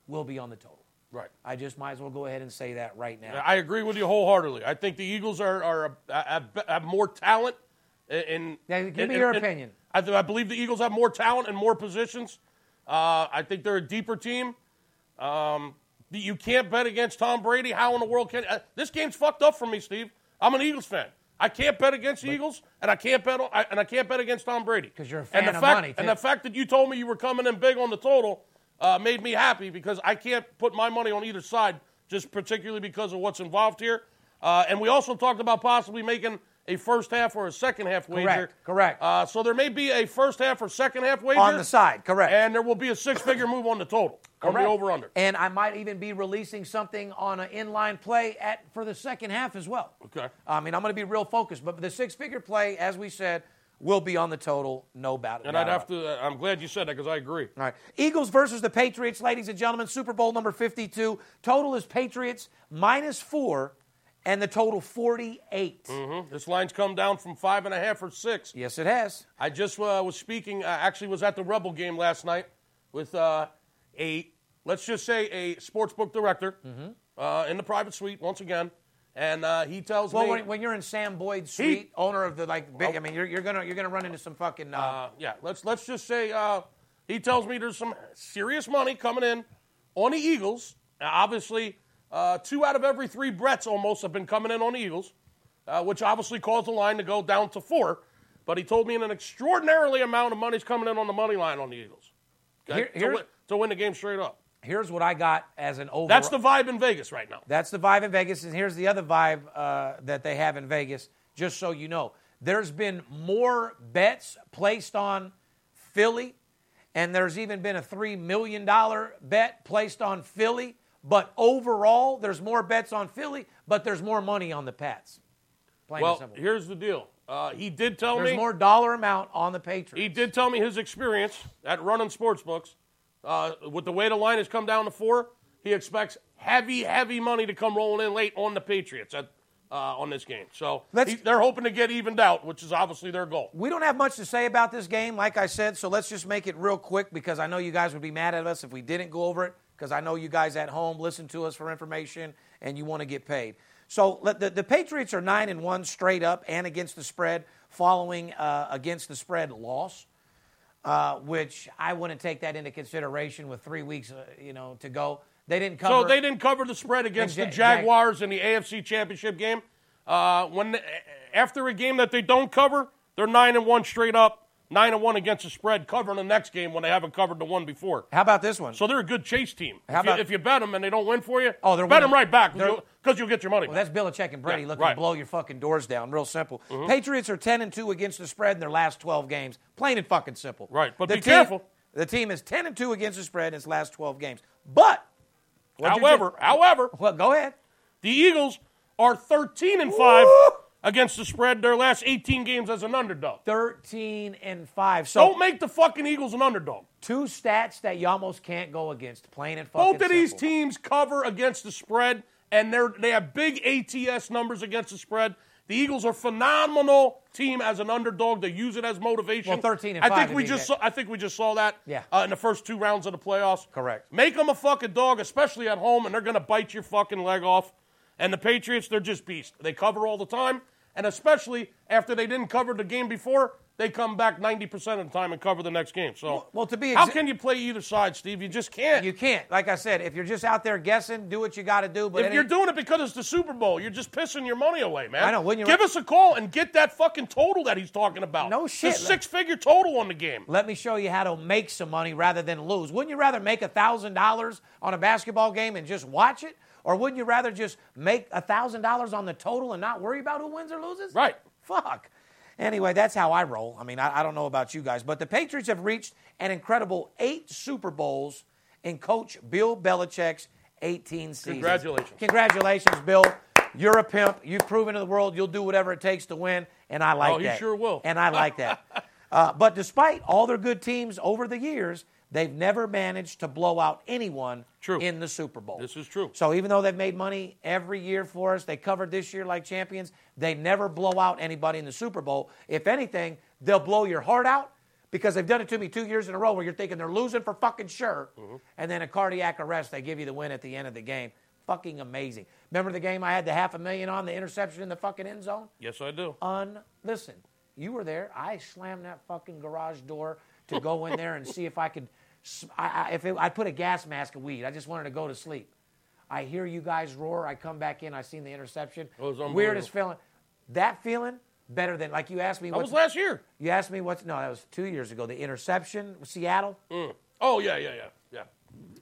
[SPEAKER 1] will be on the total.
[SPEAKER 2] right.
[SPEAKER 1] I just might as well go ahead and say that right now.
[SPEAKER 2] I agree with you wholeheartedely. I think the Eagles are, are uh, have, have more talent. In,
[SPEAKER 1] Yeah, give
[SPEAKER 2] in-
[SPEAKER 1] me your
[SPEAKER 2] in-
[SPEAKER 1] opinion.
[SPEAKER 2] I, th- I believe the Eagles have more talent and more positions. Uh, I think they're a deeper team. Um, the- you can't bet against Tom Brady. How in the world can uh, this game's fucked up for me, Steve? I'm an Eagles fan. I can't bet against the Eagles, and I can't bet on, I, and I can't bet against Tom Brady
[SPEAKER 1] 'Cause you're a
[SPEAKER 2] And the
[SPEAKER 1] fan of
[SPEAKER 2] fact-
[SPEAKER 1] money,
[SPEAKER 2] And
[SPEAKER 1] too.
[SPEAKER 2] the fact that you told me you were coming in big on the total uh, made me happy because I can't put my money on either side, just particularly because of what's involved here. Uh, and we also talked about possibly making a first half or a second half wager.
[SPEAKER 1] Correct, correct.
[SPEAKER 2] Uh, so there may be a first half or second half wager
[SPEAKER 1] on the side, correct.
[SPEAKER 2] and there will be a six-figure move on the total on the
[SPEAKER 1] Correct.
[SPEAKER 2] over/under.
[SPEAKER 1] And I might even be releasing something on an inline play at for the second half as well.
[SPEAKER 2] Okay.
[SPEAKER 1] I mean, I'm going to be real focused, but the six-figure play, as we said, will be on the total, no doubt.
[SPEAKER 2] And I'd have to. uh, I'm glad you said that because I agree.
[SPEAKER 1] All right. Eagles versus the Patriots, ladies and gentlemen, Super Bowl number 52. Total is Patriots minus four, and the total 48.
[SPEAKER 2] Mhm. This line's come down from five and a half or six.
[SPEAKER 1] Yes, it has.
[SPEAKER 2] I just uh, was speaking. I actually was at the Rebel game last night with uh, a let's just say a sportsbook director
[SPEAKER 1] Mm-hmm.
[SPEAKER 2] uh, in the private suite once again, and uh, he tells
[SPEAKER 1] Well,
[SPEAKER 2] me. Oh.
[SPEAKER 1] when, when you're in Sam Boyd's suite, owner of the like, big, I mean, you're, you're gonna you're gonna run into some fucking. Uh,
[SPEAKER 2] uh, yeah, let's let's just say uh, he tells me there's some serious money coming in on the Eagles. Now, obviously, uh, two out of every three bets almost have been coming in on the Eagles, uh, which obviously caused the line to go down to four. But he told me an extraordinarily amount of money's coming in on the money line on the Eagles okay,
[SPEAKER 1] Here-
[SPEAKER 2] to,
[SPEAKER 1] here's-
[SPEAKER 2] win, to win the game straight up.
[SPEAKER 1] here's what I got as an over.
[SPEAKER 2] That's the vibe in Vegas right now.
[SPEAKER 1] That's the vibe in Vegas. And here's the other vibe uh, that they have in Vegas, just so you know. There's been more bets placed on Philly, and there's even been a $3 million bet placed on Philly. But overall, there's more bets on Philly, but there's more money on the Pats. Plain and
[SPEAKER 2] Well,
[SPEAKER 1] simple.
[SPEAKER 2] here's the deal. Uh, he did tell
[SPEAKER 1] There's
[SPEAKER 2] me
[SPEAKER 1] more dollar amount on the Patriots.
[SPEAKER 2] He did tell me his experience at running sports books uh, with the way the line has come down to four. He expects heavy, heavy money to come rolling in late on the Patriots at, uh, on this game. So
[SPEAKER 1] Let's-
[SPEAKER 2] he- they're hoping to get evened out, which is obviously their goal.
[SPEAKER 1] We don't have much to say about this game, like I said, so let's just make it real quick because I know you guys would be mad at us if we didn't go over it because I know you guys at home listen to us for information and you want to get paid. So let- the, the Patriots are 9 and 1 straight up and against the spread following uh, against the spread loss, uh, which I wouldn't take that into consideration with three weeks uh, you know, to go. They didn't cover.
[SPEAKER 2] So they didn't cover the spread against
[SPEAKER 1] Ja-
[SPEAKER 2] the Jaguars in the AFC Championship game. Uh, when after a game that they don't cover, they're nine and one straight up, nine and one against the spread, covering the next game when they haven't covered the one before.
[SPEAKER 1] How about this one?
[SPEAKER 2] So they're a good chase team.
[SPEAKER 1] How
[SPEAKER 2] if, you,
[SPEAKER 1] about-
[SPEAKER 2] if you bet them and they don't win for you,
[SPEAKER 1] Oh, they're
[SPEAKER 2] bet
[SPEAKER 1] winning.
[SPEAKER 2] them right back
[SPEAKER 1] They're-
[SPEAKER 2] because you'll, get your money.
[SPEAKER 1] Well, that's Belichick and Brady
[SPEAKER 2] Yeah,
[SPEAKER 1] looking to
[SPEAKER 2] right. Mm-hmm.
[SPEAKER 1] blow your fucking doors down. Real simple. Patriots are ten and two against the spread in their last twelve games. Plain and fucking simple.
[SPEAKER 2] Right, but
[SPEAKER 1] the
[SPEAKER 2] be careful.
[SPEAKER 1] The team is ten and two against the spread in its last twelve games. But what'd you
[SPEAKER 2] however,
[SPEAKER 1] ju-
[SPEAKER 2] however,
[SPEAKER 1] well, go ahead.
[SPEAKER 2] the Eagles are thirteen and five
[SPEAKER 1] Woo!
[SPEAKER 2] against the spread their last eighteen games as an underdog.
[SPEAKER 1] Thirteen and five. So
[SPEAKER 2] Don't make the fucking Eagles an underdog.
[SPEAKER 1] two stats that you almost can't go against. Plain and fucking
[SPEAKER 2] Both of these
[SPEAKER 1] simple.
[SPEAKER 2] teams cover against the spread, and they're they have big ATS numbers against the spread. The Eagles are phenomenal team as an underdog. They use it as motivation.
[SPEAKER 1] Well, 13 and
[SPEAKER 2] I
[SPEAKER 1] five
[SPEAKER 2] think
[SPEAKER 1] would
[SPEAKER 2] we
[SPEAKER 1] be
[SPEAKER 2] just
[SPEAKER 1] that.
[SPEAKER 2] saw, I think we just saw that.
[SPEAKER 1] Yeah.
[SPEAKER 2] uh, in the first two rounds of the playoffs.
[SPEAKER 1] Correct.
[SPEAKER 2] Make them a fucking dog, especially at home, and they're gonna bite your fucking leg off. And the Patriots, they're just beasts. They cover all the time, and especially after they didn't cover the game before. They come back 90% of the time and cover the next game. So,
[SPEAKER 1] Well- well, to be
[SPEAKER 2] how
[SPEAKER 1] exa-
[SPEAKER 2] can you play either side, Steve? You just can't.
[SPEAKER 1] You can't. Like I said, if you're just out there guessing, do what you got to do. But
[SPEAKER 2] If
[SPEAKER 1] any-
[SPEAKER 2] you're doing it because it's the Super Bowl, you're just pissing your money away, man.
[SPEAKER 1] I know, wouldn't you-
[SPEAKER 2] Give us a call and get that fucking total that he's talking about.
[SPEAKER 1] No shit.
[SPEAKER 2] The six figure total on the game.
[SPEAKER 1] Let me show you how to make some money rather than lose. Wouldn't you rather make $1,000 on a basketball game and just watch it? Or wouldn't you rather just make $1,000 on the total and not worry about who wins or loses?
[SPEAKER 2] Right.
[SPEAKER 1] Fuck. Anyway, that's how I roll. I mean, I, I don't know about you guys, but the Patriots have reached an incredible eight Super Bowls in coach Bill Belichick's 18 seasons.
[SPEAKER 2] Congratulations.
[SPEAKER 1] Congratulations, Bill. You're a pimp. You've proven to the world you'll do whatever it takes to win, and I like
[SPEAKER 2] Oh, he
[SPEAKER 1] that.
[SPEAKER 2] sure will.
[SPEAKER 1] And I
[SPEAKER 2] [LAUGHS]
[SPEAKER 1] like that. Uh, but despite all their good teams over the years, they've never managed to blow out anyone
[SPEAKER 2] True.
[SPEAKER 1] in the Super Bowl.
[SPEAKER 2] This is true.
[SPEAKER 1] So even though they've made money every year for us, they covered this year like champions, they never blow out anybody in the Super Bowl. If anything, they'll blow your heart out because they've done it to me two years in a row where you're thinking they're losing for fucking sure.
[SPEAKER 2] Mm-hmm.
[SPEAKER 1] And then a cardiac arrest, they give you the win at the end of the game. Fucking amazing. Remember the game I had the half a million on, the interception in the fucking end zone?
[SPEAKER 2] Yes, I do.
[SPEAKER 1] un listen you were there i slammed that fucking garage door to go in there and see if i could s- I, I- if it, i put a gas mask of weed i just wanted to go to sleep i hear you guys roar i come back in i seen the interception
[SPEAKER 2] It was unbelievable.
[SPEAKER 1] weirdest feeling that feeling better than like you asked me
[SPEAKER 2] that
[SPEAKER 1] what
[SPEAKER 2] was last year.
[SPEAKER 1] you asked me what's no that was two years ago the interception with seattle
[SPEAKER 2] Oh, yeah, yeah, yeah. yeah.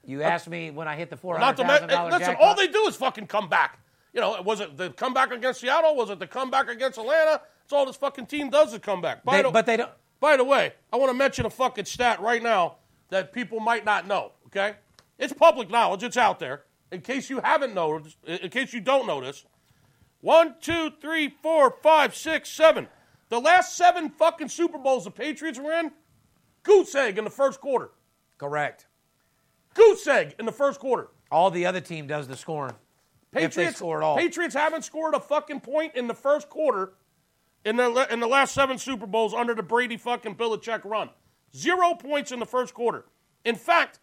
[SPEAKER 1] you asked me when i hit the
[SPEAKER 2] Not to
[SPEAKER 1] $400000
[SPEAKER 2] mention, listen, all they do is fucking come back. You know, was it the comeback against Seattle? Was it the comeback against Atlanta? It's all this fucking team does is come back. By
[SPEAKER 1] They-
[SPEAKER 2] the-
[SPEAKER 1] but they don't
[SPEAKER 2] By the way, I want to mention a fucking stat right now that people might not know, okay? It's public knowledge, it's out there. In case you haven't noticed, in case you don't notice, one, two, three, four, five, six, seven. The last seven fucking Super Bowls the Patriots were in, goose egg in the first quarter.
[SPEAKER 1] correct
[SPEAKER 2] Goose egg in the first quarter.
[SPEAKER 1] all the other team does the scoring if
[SPEAKER 2] Patriots,
[SPEAKER 1] they score at all
[SPEAKER 2] Patriots haven't scored a fucking point in the first quarter in the, in the last seven Super Bowls under the Brady fucking Belichick run. Zero points in the first quarter. In fact,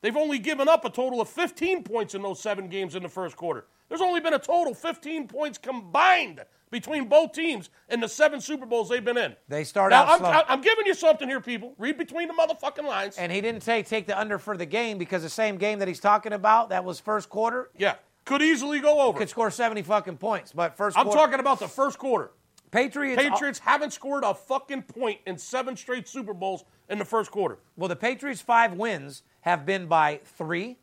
[SPEAKER 2] they've only given up a total of 15 points in those seven games in the first quarter. There's only been a total 15 points combined between both teams in the seven Super Bowls they've been in.
[SPEAKER 1] They start
[SPEAKER 2] now,
[SPEAKER 1] out
[SPEAKER 2] I'm,
[SPEAKER 1] slow.
[SPEAKER 2] I- I'm giving you something here, people. Read between the motherfucking lines.
[SPEAKER 1] And he didn't say take the under for the game because the same game that he's talking about that was first quarter
[SPEAKER 2] yeah, could easily go over.
[SPEAKER 1] could score 70 fucking points. But 1st
[SPEAKER 2] I'm
[SPEAKER 1] quarter,
[SPEAKER 2] talking about the first quarter.
[SPEAKER 1] Patriots.
[SPEAKER 2] Patriots haven't scored a fucking point in seven straight Super Bowls in the first quarter.
[SPEAKER 1] Well, the Patriots' five wins have been by three,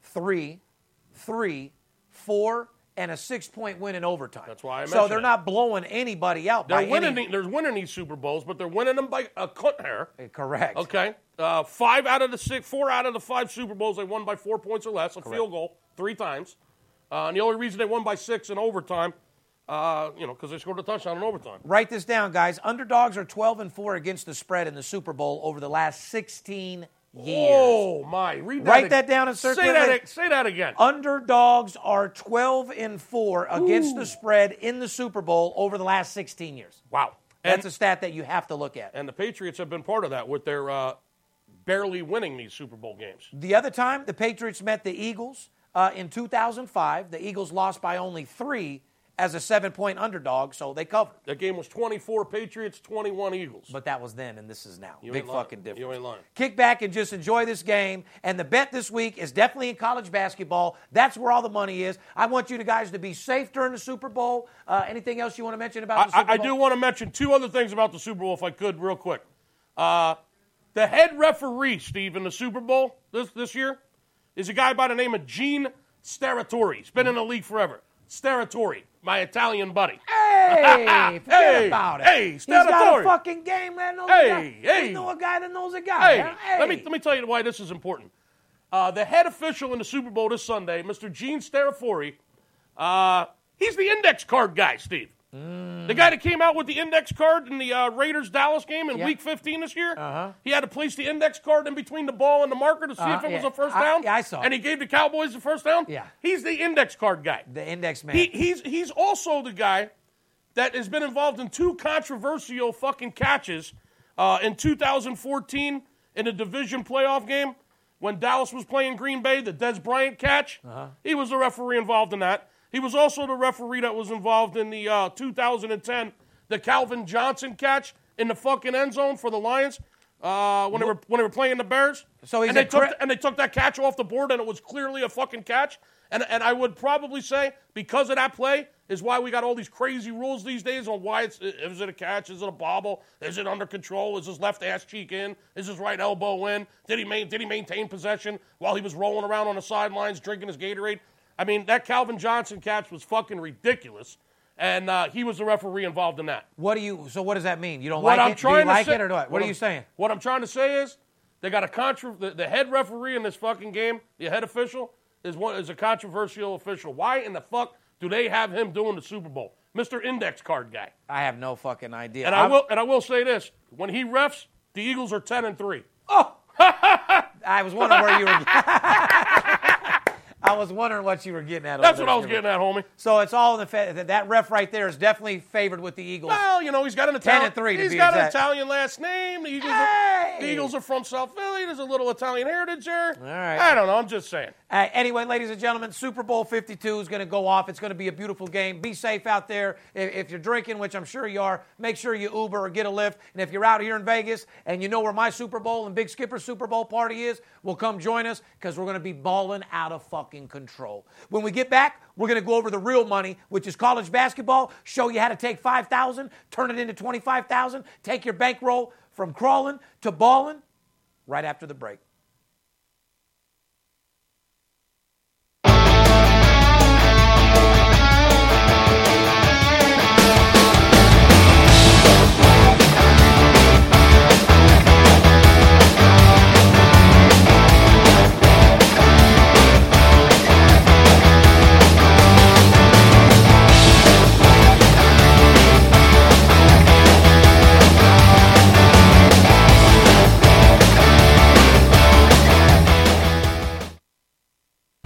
[SPEAKER 1] three, three, four, and a six-point win in overtime.
[SPEAKER 2] That's why I
[SPEAKER 1] so
[SPEAKER 2] mentioned
[SPEAKER 1] they're
[SPEAKER 2] it.
[SPEAKER 1] not blowing anybody out.
[SPEAKER 2] They're
[SPEAKER 1] by
[SPEAKER 2] winning.
[SPEAKER 1] Any,
[SPEAKER 2] the- they're winning these Super Bowls, but they're winning them by a cut hair.
[SPEAKER 1] Eh, correct.
[SPEAKER 2] Okay, uh, five out of the six, four out of the five Super Bowls they won by four points or less, a field goal three times. Uh, and the only reason they won by six in overtime, uh, you know, because they scored a touchdown in overtime.
[SPEAKER 1] Write this down, guys. Underdogs are 12 and 4 against the spread in the Super Bowl over the last 16 years.
[SPEAKER 2] Oh my! Read that
[SPEAKER 1] Write
[SPEAKER 2] ag-
[SPEAKER 1] that down and
[SPEAKER 2] Say
[SPEAKER 1] circulate Uh,
[SPEAKER 2] that.
[SPEAKER 1] it.
[SPEAKER 2] ag- Say that again.
[SPEAKER 1] Underdogs are 12 and 4 against the spread in the Super Bowl over the last 16 years.
[SPEAKER 2] wow.
[SPEAKER 1] That's
[SPEAKER 2] And,
[SPEAKER 1] a stat that you have to look at.
[SPEAKER 2] and the Patriots have been part of that with their uh, barely winning these Super Bowl games.
[SPEAKER 1] The other time the Patriots met the Eagles uh, in 2005, the Eagles lost by only three as a seven point underdog, so they covered.
[SPEAKER 2] That game was 24 Patriots, 21 Eagles.
[SPEAKER 1] But that was then, and this is now.
[SPEAKER 2] You
[SPEAKER 1] Big
[SPEAKER 2] ain't lying.
[SPEAKER 1] fucking difference.
[SPEAKER 2] You ain't lying.
[SPEAKER 1] Kick back and just enjoy this game. And the bet this week is definitely in college basketball. That's where all the money is. I want you to guys to be safe during the Super Bowl. Uh, anything else you want to mention about the
[SPEAKER 2] I,
[SPEAKER 1] Super
[SPEAKER 2] I, I
[SPEAKER 1] Bowl?
[SPEAKER 2] do want to mention two other things about the Super Bowl, if I could, real quick. Uh, the head referee, Steve, in the Super Bowl this, this year is a guy by the name of Gene Steratore. He's been in the league forever. Steratore, my Italian buddy. [LAUGHS]
[SPEAKER 1] Hey, forget
[SPEAKER 2] Hey,
[SPEAKER 1] about it.
[SPEAKER 2] hey,
[SPEAKER 1] he's
[SPEAKER 2] stand up
[SPEAKER 1] got
[SPEAKER 2] for
[SPEAKER 1] a
[SPEAKER 2] it.
[SPEAKER 1] fucking game that knows a guy.
[SPEAKER 2] Hey,
[SPEAKER 1] You
[SPEAKER 2] hey.
[SPEAKER 1] know a guy that knows a guy.
[SPEAKER 2] Hey,
[SPEAKER 1] huh? hey.
[SPEAKER 2] Let, me, let me tell you why this is important. Uh, the head official in the Super Bowl this Sunday, Mr. Gene Steratore, uh, he's the index card guy, Steve. The guy that came out with the index card in the uh, Raiders Dallas game in
[SPEAKER 1] Yeah.
[SPEAKER 2] Week 15 this year, uh-huh. he had to place the index card in between the ball and the marker to see
[SPEAKER 1] Uh-huh,
[SPEAKER 2] if it was
[SPEAKER 1] yeah.
[SPEAKER 2] a first
[SPEAKER 1] I-
[SPEAKER 2] down.
[SPEAKER 1] yeah, I saw it.
[SPEAKER 2] And he gave the Cowboys the first down.
[SPEAKER 1] Yeah.
[SPEAKER 2] he's the index card guy.
[SPEAKER 1] the index man.
[SPEAKER 2] He, he's he's also the guy that has been involved in two controversial fucking catches uh, in 2014 in a division playoff game when Dallas was playing Green Bay, the Des Bryant catch.
[SPEAKER 1] Uh-huh.
[SPEAKER 2] He was the referee involved in that. He was also the referee that was involved in the uh, 2010 the Calvin Johnson catch in the fucking end zone for the Lions. Uh, when they were when they were playing the Bears,
[SPEAKER 1] So he's
[SPEAKER 2] and they
[SPEAKER 1] a
[SPEAKER 2] took
[SPEAKER 1] cri-
[SPEAKER 2] the- and they took that catch off the board, and it was clearly a fucking catch. And, and I would probably say because of that play is why we got all these crazy rules these days on why it's is it a catch, is it a bobble, is it under control, is his left ass cheek in, is his right elbow in, did he main, did he maintain possession while he was rolling around on the sidelines drinking his Gatorade? I mean that Calvin Johnson catch was fucking ridiculous, and uh, he was the referee involved in that.
[SPEAKER 1] what do you? So what does that mean? You don't
[SPEAKER 2] What
[SPEAKER 1] like
[SPEAKER 2] I'm
[SPEAKER 1] it? Do
[SPEAKER 2] trying
[SPEAKER 1] you like
[SPEAKER 2] to say,
[SPEAKER 1] it or not? What, are
[SPEAKER 2] I'm-
[SPEAKER 1] you saying?
[SPEAKER 2] What I'm trying to say is they got a contra- the, the head referee in this fucking game, the head official is one is a controversial official. Why in the fuck do they have him doing the Super Bowl? Mr. Index Card guy.
[SPEAKER 1] I have no fucking idea.
[SPEAKER 2] And i
[SPEAKER 1] I'm-
[SPEAKER 2] will and I will say this, when he refs, the Eagles are 10 and 3.
[SPEAKER 1] Oh, I was wondering where
[SPEAKER 2] [LAUGHS]
[SPEAKER 1] you were. [LAUGHS] I was wondering what you were getting at.
[SPEAKER 2] That's
[SPEAKER 1] over
[SPEAKER 2] what I
[SPEAKER 1] there,
[SPEAKER 2] was
[SPEAKER 1] Jimmy.
[SPEAKER 2] getting at, homie.
[SPEAKER 1] So it's all in the fa- that, that ref right there is definitely favored with the Eagles.
[SPEAKER 2] Well, you know, he's got an Italian.
[SPEAKER 1] 10 and three, to
[SPEAKER 2] he's
[SPEAKER 1] be
[SPEAKER 2] got an
[SPEAKER 1] exact.
[SPEAKER 2] Italian last name. The Eagles, are,
[SPEAKER 1] Hey!
[SPEAKER 2] the Eagles are from South Philly. There's a little Italian heritage there. All
[SPEAKER 1] right.
[SPEAKER 2] I don't know. I'm just saying.
[SPEAKER 1] Uh, anyway, ladies and gentlemen, Super Bowl 52 is going to go off. It's going to be a beautiful game. Be safe out there. If, if you're drinking, which I'm sure you are, make sure you Uber or get a Lyft. And if you're out here in Vegas and you know where my Super Bowl and Big Skipper's Super Bowl party is, well, come join us because we're going to be balling out of fucking control. When we get back, we're going to go over the real money, which is college basketball. Show you how to take 5,000, turn it into 25,000, take your bankroll from crawling to balling. Right after the break.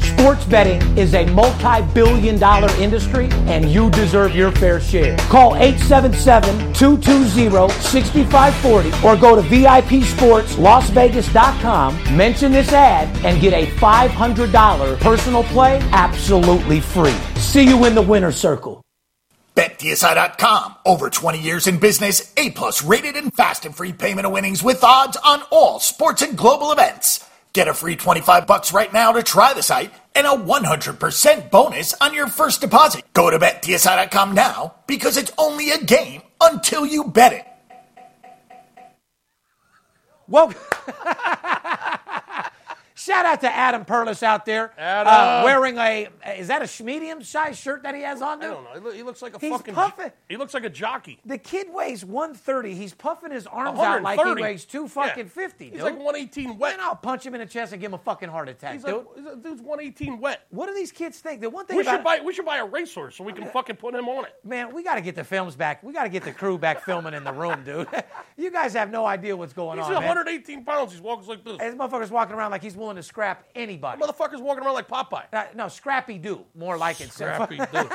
[SPEAKER 1] sports betting is a multi billion dollar industry and you deserve your fair share. Call 877 220 6540 or go to VIPSportsLasVegas.com, mention this ad, and get a $500 personal play absolutely free. See you in the winner's circle.
[SPEAKER 3] BetDSI.com. Over 20 years in business, A plus rated and fast and free payment of winnings with odds on all sports and global events. Get a free 25 bucks right now to try the site and a 100% bonus on your first deposit. Go to BetDSI.com now because it's only a game until you bet it.
[SPEAKER 1] Welcome. [LAUGHS] Shout out to Adam Perlis out there
[SPEAKER 2] Adam.
[SPEAKER 1] uh, wearing a is that a medium size shirt that he has on?
[SPEAKER 2] I
[SPEAKER 1] dude?
[SPEAKER 2] don't know. He, loo- he looks like a
[SPEAKER 1] He's
[SPEAKER 2] fucking.
[SPEAKER 1] puffing.
[SPEAKER 2] He looks like a jockey.
[SPEAKER 1] The kid weighs 130. He's puffing his arms out like he
[SPEAKER 2] 130.
[SPEAKER 1] weighs two
[SPEAKER 2] Yeah.
[SPEAKER 1] fucking fifty.
[SPEAKER 2] He's
[SPEAKER 1] dude.
[SPEAKER 2] like 118 wet.
[SPEAKER 1] Man, I'll punch him in the chest and give him a fucking heart attack,
[SPEAKER 2] He's
[SPEAKER 1] dude.
[SPEAKER 2] like, he's a- dude's 118 wet.
[SPEAKER 1] what do these kids think? The one thing
[SPEAKER 2] We
[SPEAKER 1] about
[SPEAKER 2] should buy. We should buy a racehorse so we can fucking put him on it.
[SPEAKER 1] man, we got to get the films back. We got to get the crew back filming in the room, dude. [LAUGHS] you guys have no idea what's going
[SPEAKER 2] He's
[SPEAKER 1] on, man.
[SPEAKER 2] 118 pounds. He's walking like this.
[SPEAKER 1] This motherfucker's walking around like he's willing to scrap anybody.
[SPEAKER 2] Motherfucker's walking around like Popeye.
[SPEAKER 1] Uh, no, Scrappy Doo, more like it.
[SPEAKER 2] Crappy dude.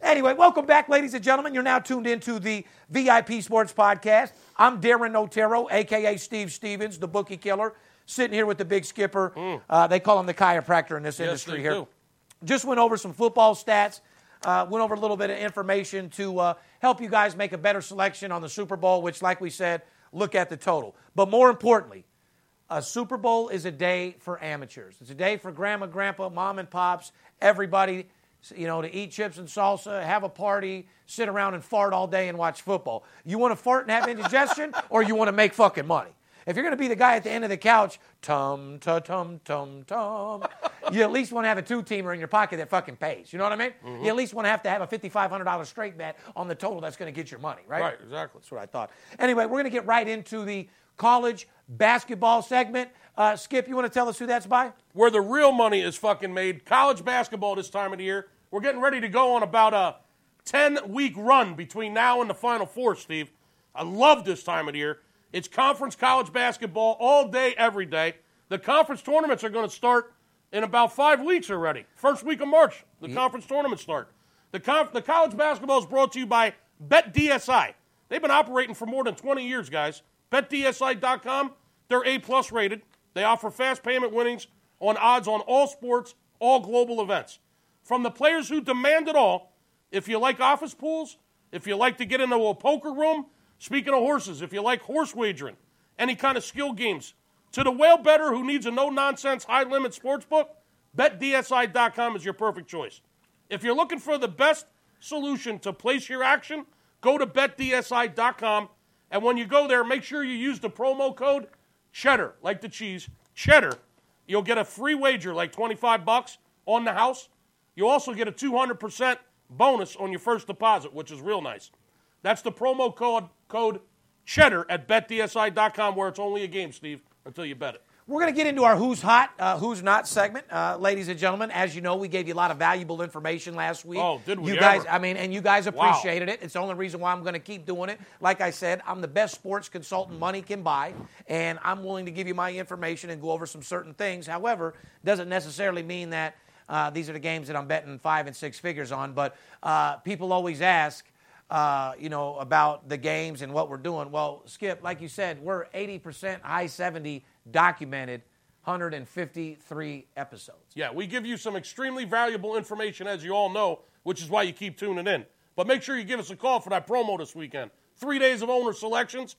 [SPEAKER 1] Anyway, welcome back, ladies and gentlemen. You're now tuned into the VIP Sports Podcast. I'm Darren Otero, aka Steve Stevens, the bookie killer, sitting here with the big skipper. Uh, they call him the chiropractor in this industry
[SPEAKER 2] Hmm. they
[SPEAKER 1] here.
[SPEAKER 2] do.
[SPEAKER 1] Just went over some football stats. Uh, went over a little bit of information to uh, help you guys make a better selection on the Super Bowl, which, like we said, look at the total. But more importantly, a Super Bowl is a day for amateurs. It's a day for grandma, grandpa, mom and pops, everybody, you know, to eat chips and salsa, have a party, sit around and fart all day and watch football. You want to fart and have indigestion, [LAUGHS] or you want to make fucking money? If you're going to be the guy at the end of the couch, tum tum tum tum tum, you at least want to have a two-teamer in your pocket that fucking pays. You know what I mean?
[SPEAKER 2] Mm-hmm.
[SPEAKER 1] You at least want to have to have a $5,500 straight bet on the total that's going to get your money, right?
[SPEAKER 2] Right, exactly.
[SPEAKER 1] That's what I thought. Anyway, we're going to get right into the college basketball segment. Uh, Skip, you want to tell us who that's by?
[SPEAKER 2] Where the real money is fucking made. College basketball this time of the year. We're getting ready to go on about a 10 week run between now and the Final Four, Steve. I love this time of the year. It's conference college basketball all day, every day. The conference tournaments are going to start in about five weeks already. First week of March, the conference tournaments start. The, conf- the college basketball is brought to you by BetDSI. They've been operating for more than 20 years, guys. BetDSI.com, they're A plus rated. They offer fast payment winnings on odds on all sports, all global events. From the players who demand it all, if you like office pools, if you like to get into a poker room, speaking of horses, if you like horse wagering, any kind of skill games, to the whale better who needs a no nonsense high limit sports book, betdsi.com is your perfect choice. If you're looking for the best solution to place your action, go to betdsi.com. And when you go there, make sure you use the promo code cheddar, like the cheese, cheddar. You'll get a free wager, like 25 bucks on the house. You'll also get a 200% bonus on your first deposit, which is real nice. That's the promo code, code cheddar at betdsi.com, where it's only a game, Steve, until you bet it.
[SPEAKER 1] We're going to get into our Who's Hot, uh, Who's Not segment. Uh, ladies and gentlemen, as you know, we gave you a lot of valuable information last week.
[SPEAKER 2] Oh, did we
[SPEAKER 1] You guys,
[SPEAKER 2] ever.
[SPEAKER 1] I mean, and you guys
[SPEAKER 2] Wow.
[SPEAKER 1] appreciated it. It's the only reason why I'm going to keep doing it. Like I said, I'm the best sports consultant money can buy, and I'm willing to give you my information and go over some certain things. However, doesn't necessarily mean that uh, these are the games that I'm betting five and six figures on. But uh, people always ask, uh, you know, about the games and what we're doing. Well, Skip, like you said, we're 80% high 70 documented, 153 episodes.
[SPEAKER 2] Yeah, we give you some extremely valuable information, as you all know, which is why you keep tuning in. But make sure you give us a call for that promo this weekend. Three days of owner selections,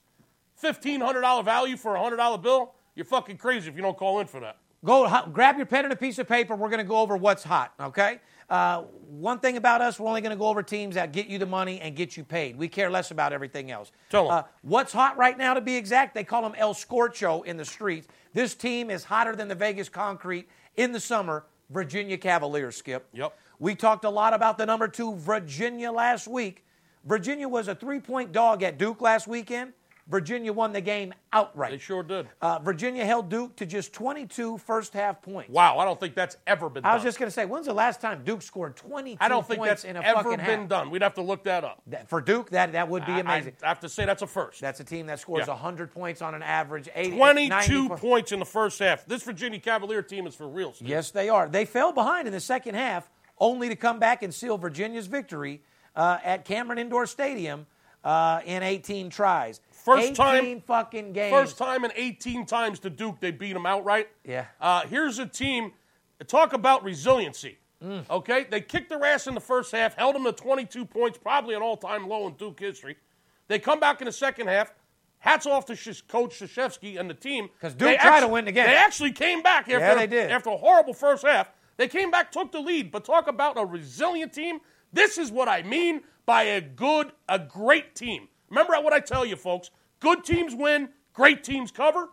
[SPEAKER 2] $1,500 value for a $100 bill. You're fucking crazy if you don't call in for that.
[SPEAKER 1] Go h- grab your pen and a piece of paper. We're going to go over what's hot, okay? Uh, one thing about us, we're only going to go over teams that get you the money and get you paid. We care less about everything else.
[SPEAKER 2] Tell 'em.
[SPEAKER 1] Uh, what's hot right now, to be exact, they call them El Scorcho in the streets. This team is hotter than the Vegas concrete in the summer. Virginia Cavaliers, Skip.
[SPEAKER 2] Yep.
[SPEAKER 1] We talked a lot about the number two Virginia last week. Virginia was a three point dog at Duke last weekend. Virginia won the game outright.
[SPEAKER 2] They sure did.
[SPEAKER 1] Uh, Virginia held Duke to just 22 first half points.
[SPEAKER 2] Wow, I don't think that's ever been done.
[SPEAKER 1] I was just going to say, when's the last time Duke scored 22
[SPEAKER 2] I don't think
[SPEAKER 1] points
[SPEAKER 2] that's
[SPEAKER 1] in a
[SPEAKER 2] ever
[SPEAKER 1] fucking
[SPEAKER 2] been
[SPEAKER 1] half?
[SPEAKER 2] done. We'd have to look that up.
[SPEAKER 1] That- for Duke, that, that would be
[SPEAKER 2] I-
[SPEAKER 1] amazing.
[SPEAKER 2] I, have to say that's a first.
[SPEAKER 1] That's a team that scores
[SPEAKER 2] Yeah.
[SPEAKER 1] 100 points on an average. 80,
[SPEAKER 2] 22
[SPEAKER 1] 94
[SPEAKER 2] points in the first half. This Virginia Cavalier team is for real. Steve.
[SPEAKER 1] Yes, they are. They fell behind in the second half, only to come back and seal Virginia's victory uh, at Cameron Indoor Stadium uh, in 18 tries.
[SPEAKER 2] First time-
[SPEAKER 1] 18 fucking games.
[SPEAKER 2] First time in 18 times to Duke, they beat them outright.
[SPEAKER 1] Yeah.
[SPEAKER 2] Uh, here's a team. Talk about resiliency.
[SPEAKER 1] Mm.
[SPEAKER 2] Okay, they kicked their ass in the first half, held them to 22 points, probably an all-time low in Duke history. They come back in the second half. Hats off to Sh- Coach Shashevsky and the team
[SPEAKER 1] 'Cause Duke
[SPEAKER 2] They
[SPEAKER 1] tried
[SPEAKER 2] actu-
[SPEAKER 1] to win the game.
[SPEAKER 2] They actually came back after
[SPEAKER 1] Yeah, they did.
[SPEAKER 2] after a horrible first half. They came back, took the lead, but talk about a resilient team. This is what I mean by a good, a great team. Remember what I tell you, folks. Good teams win, great teams cover.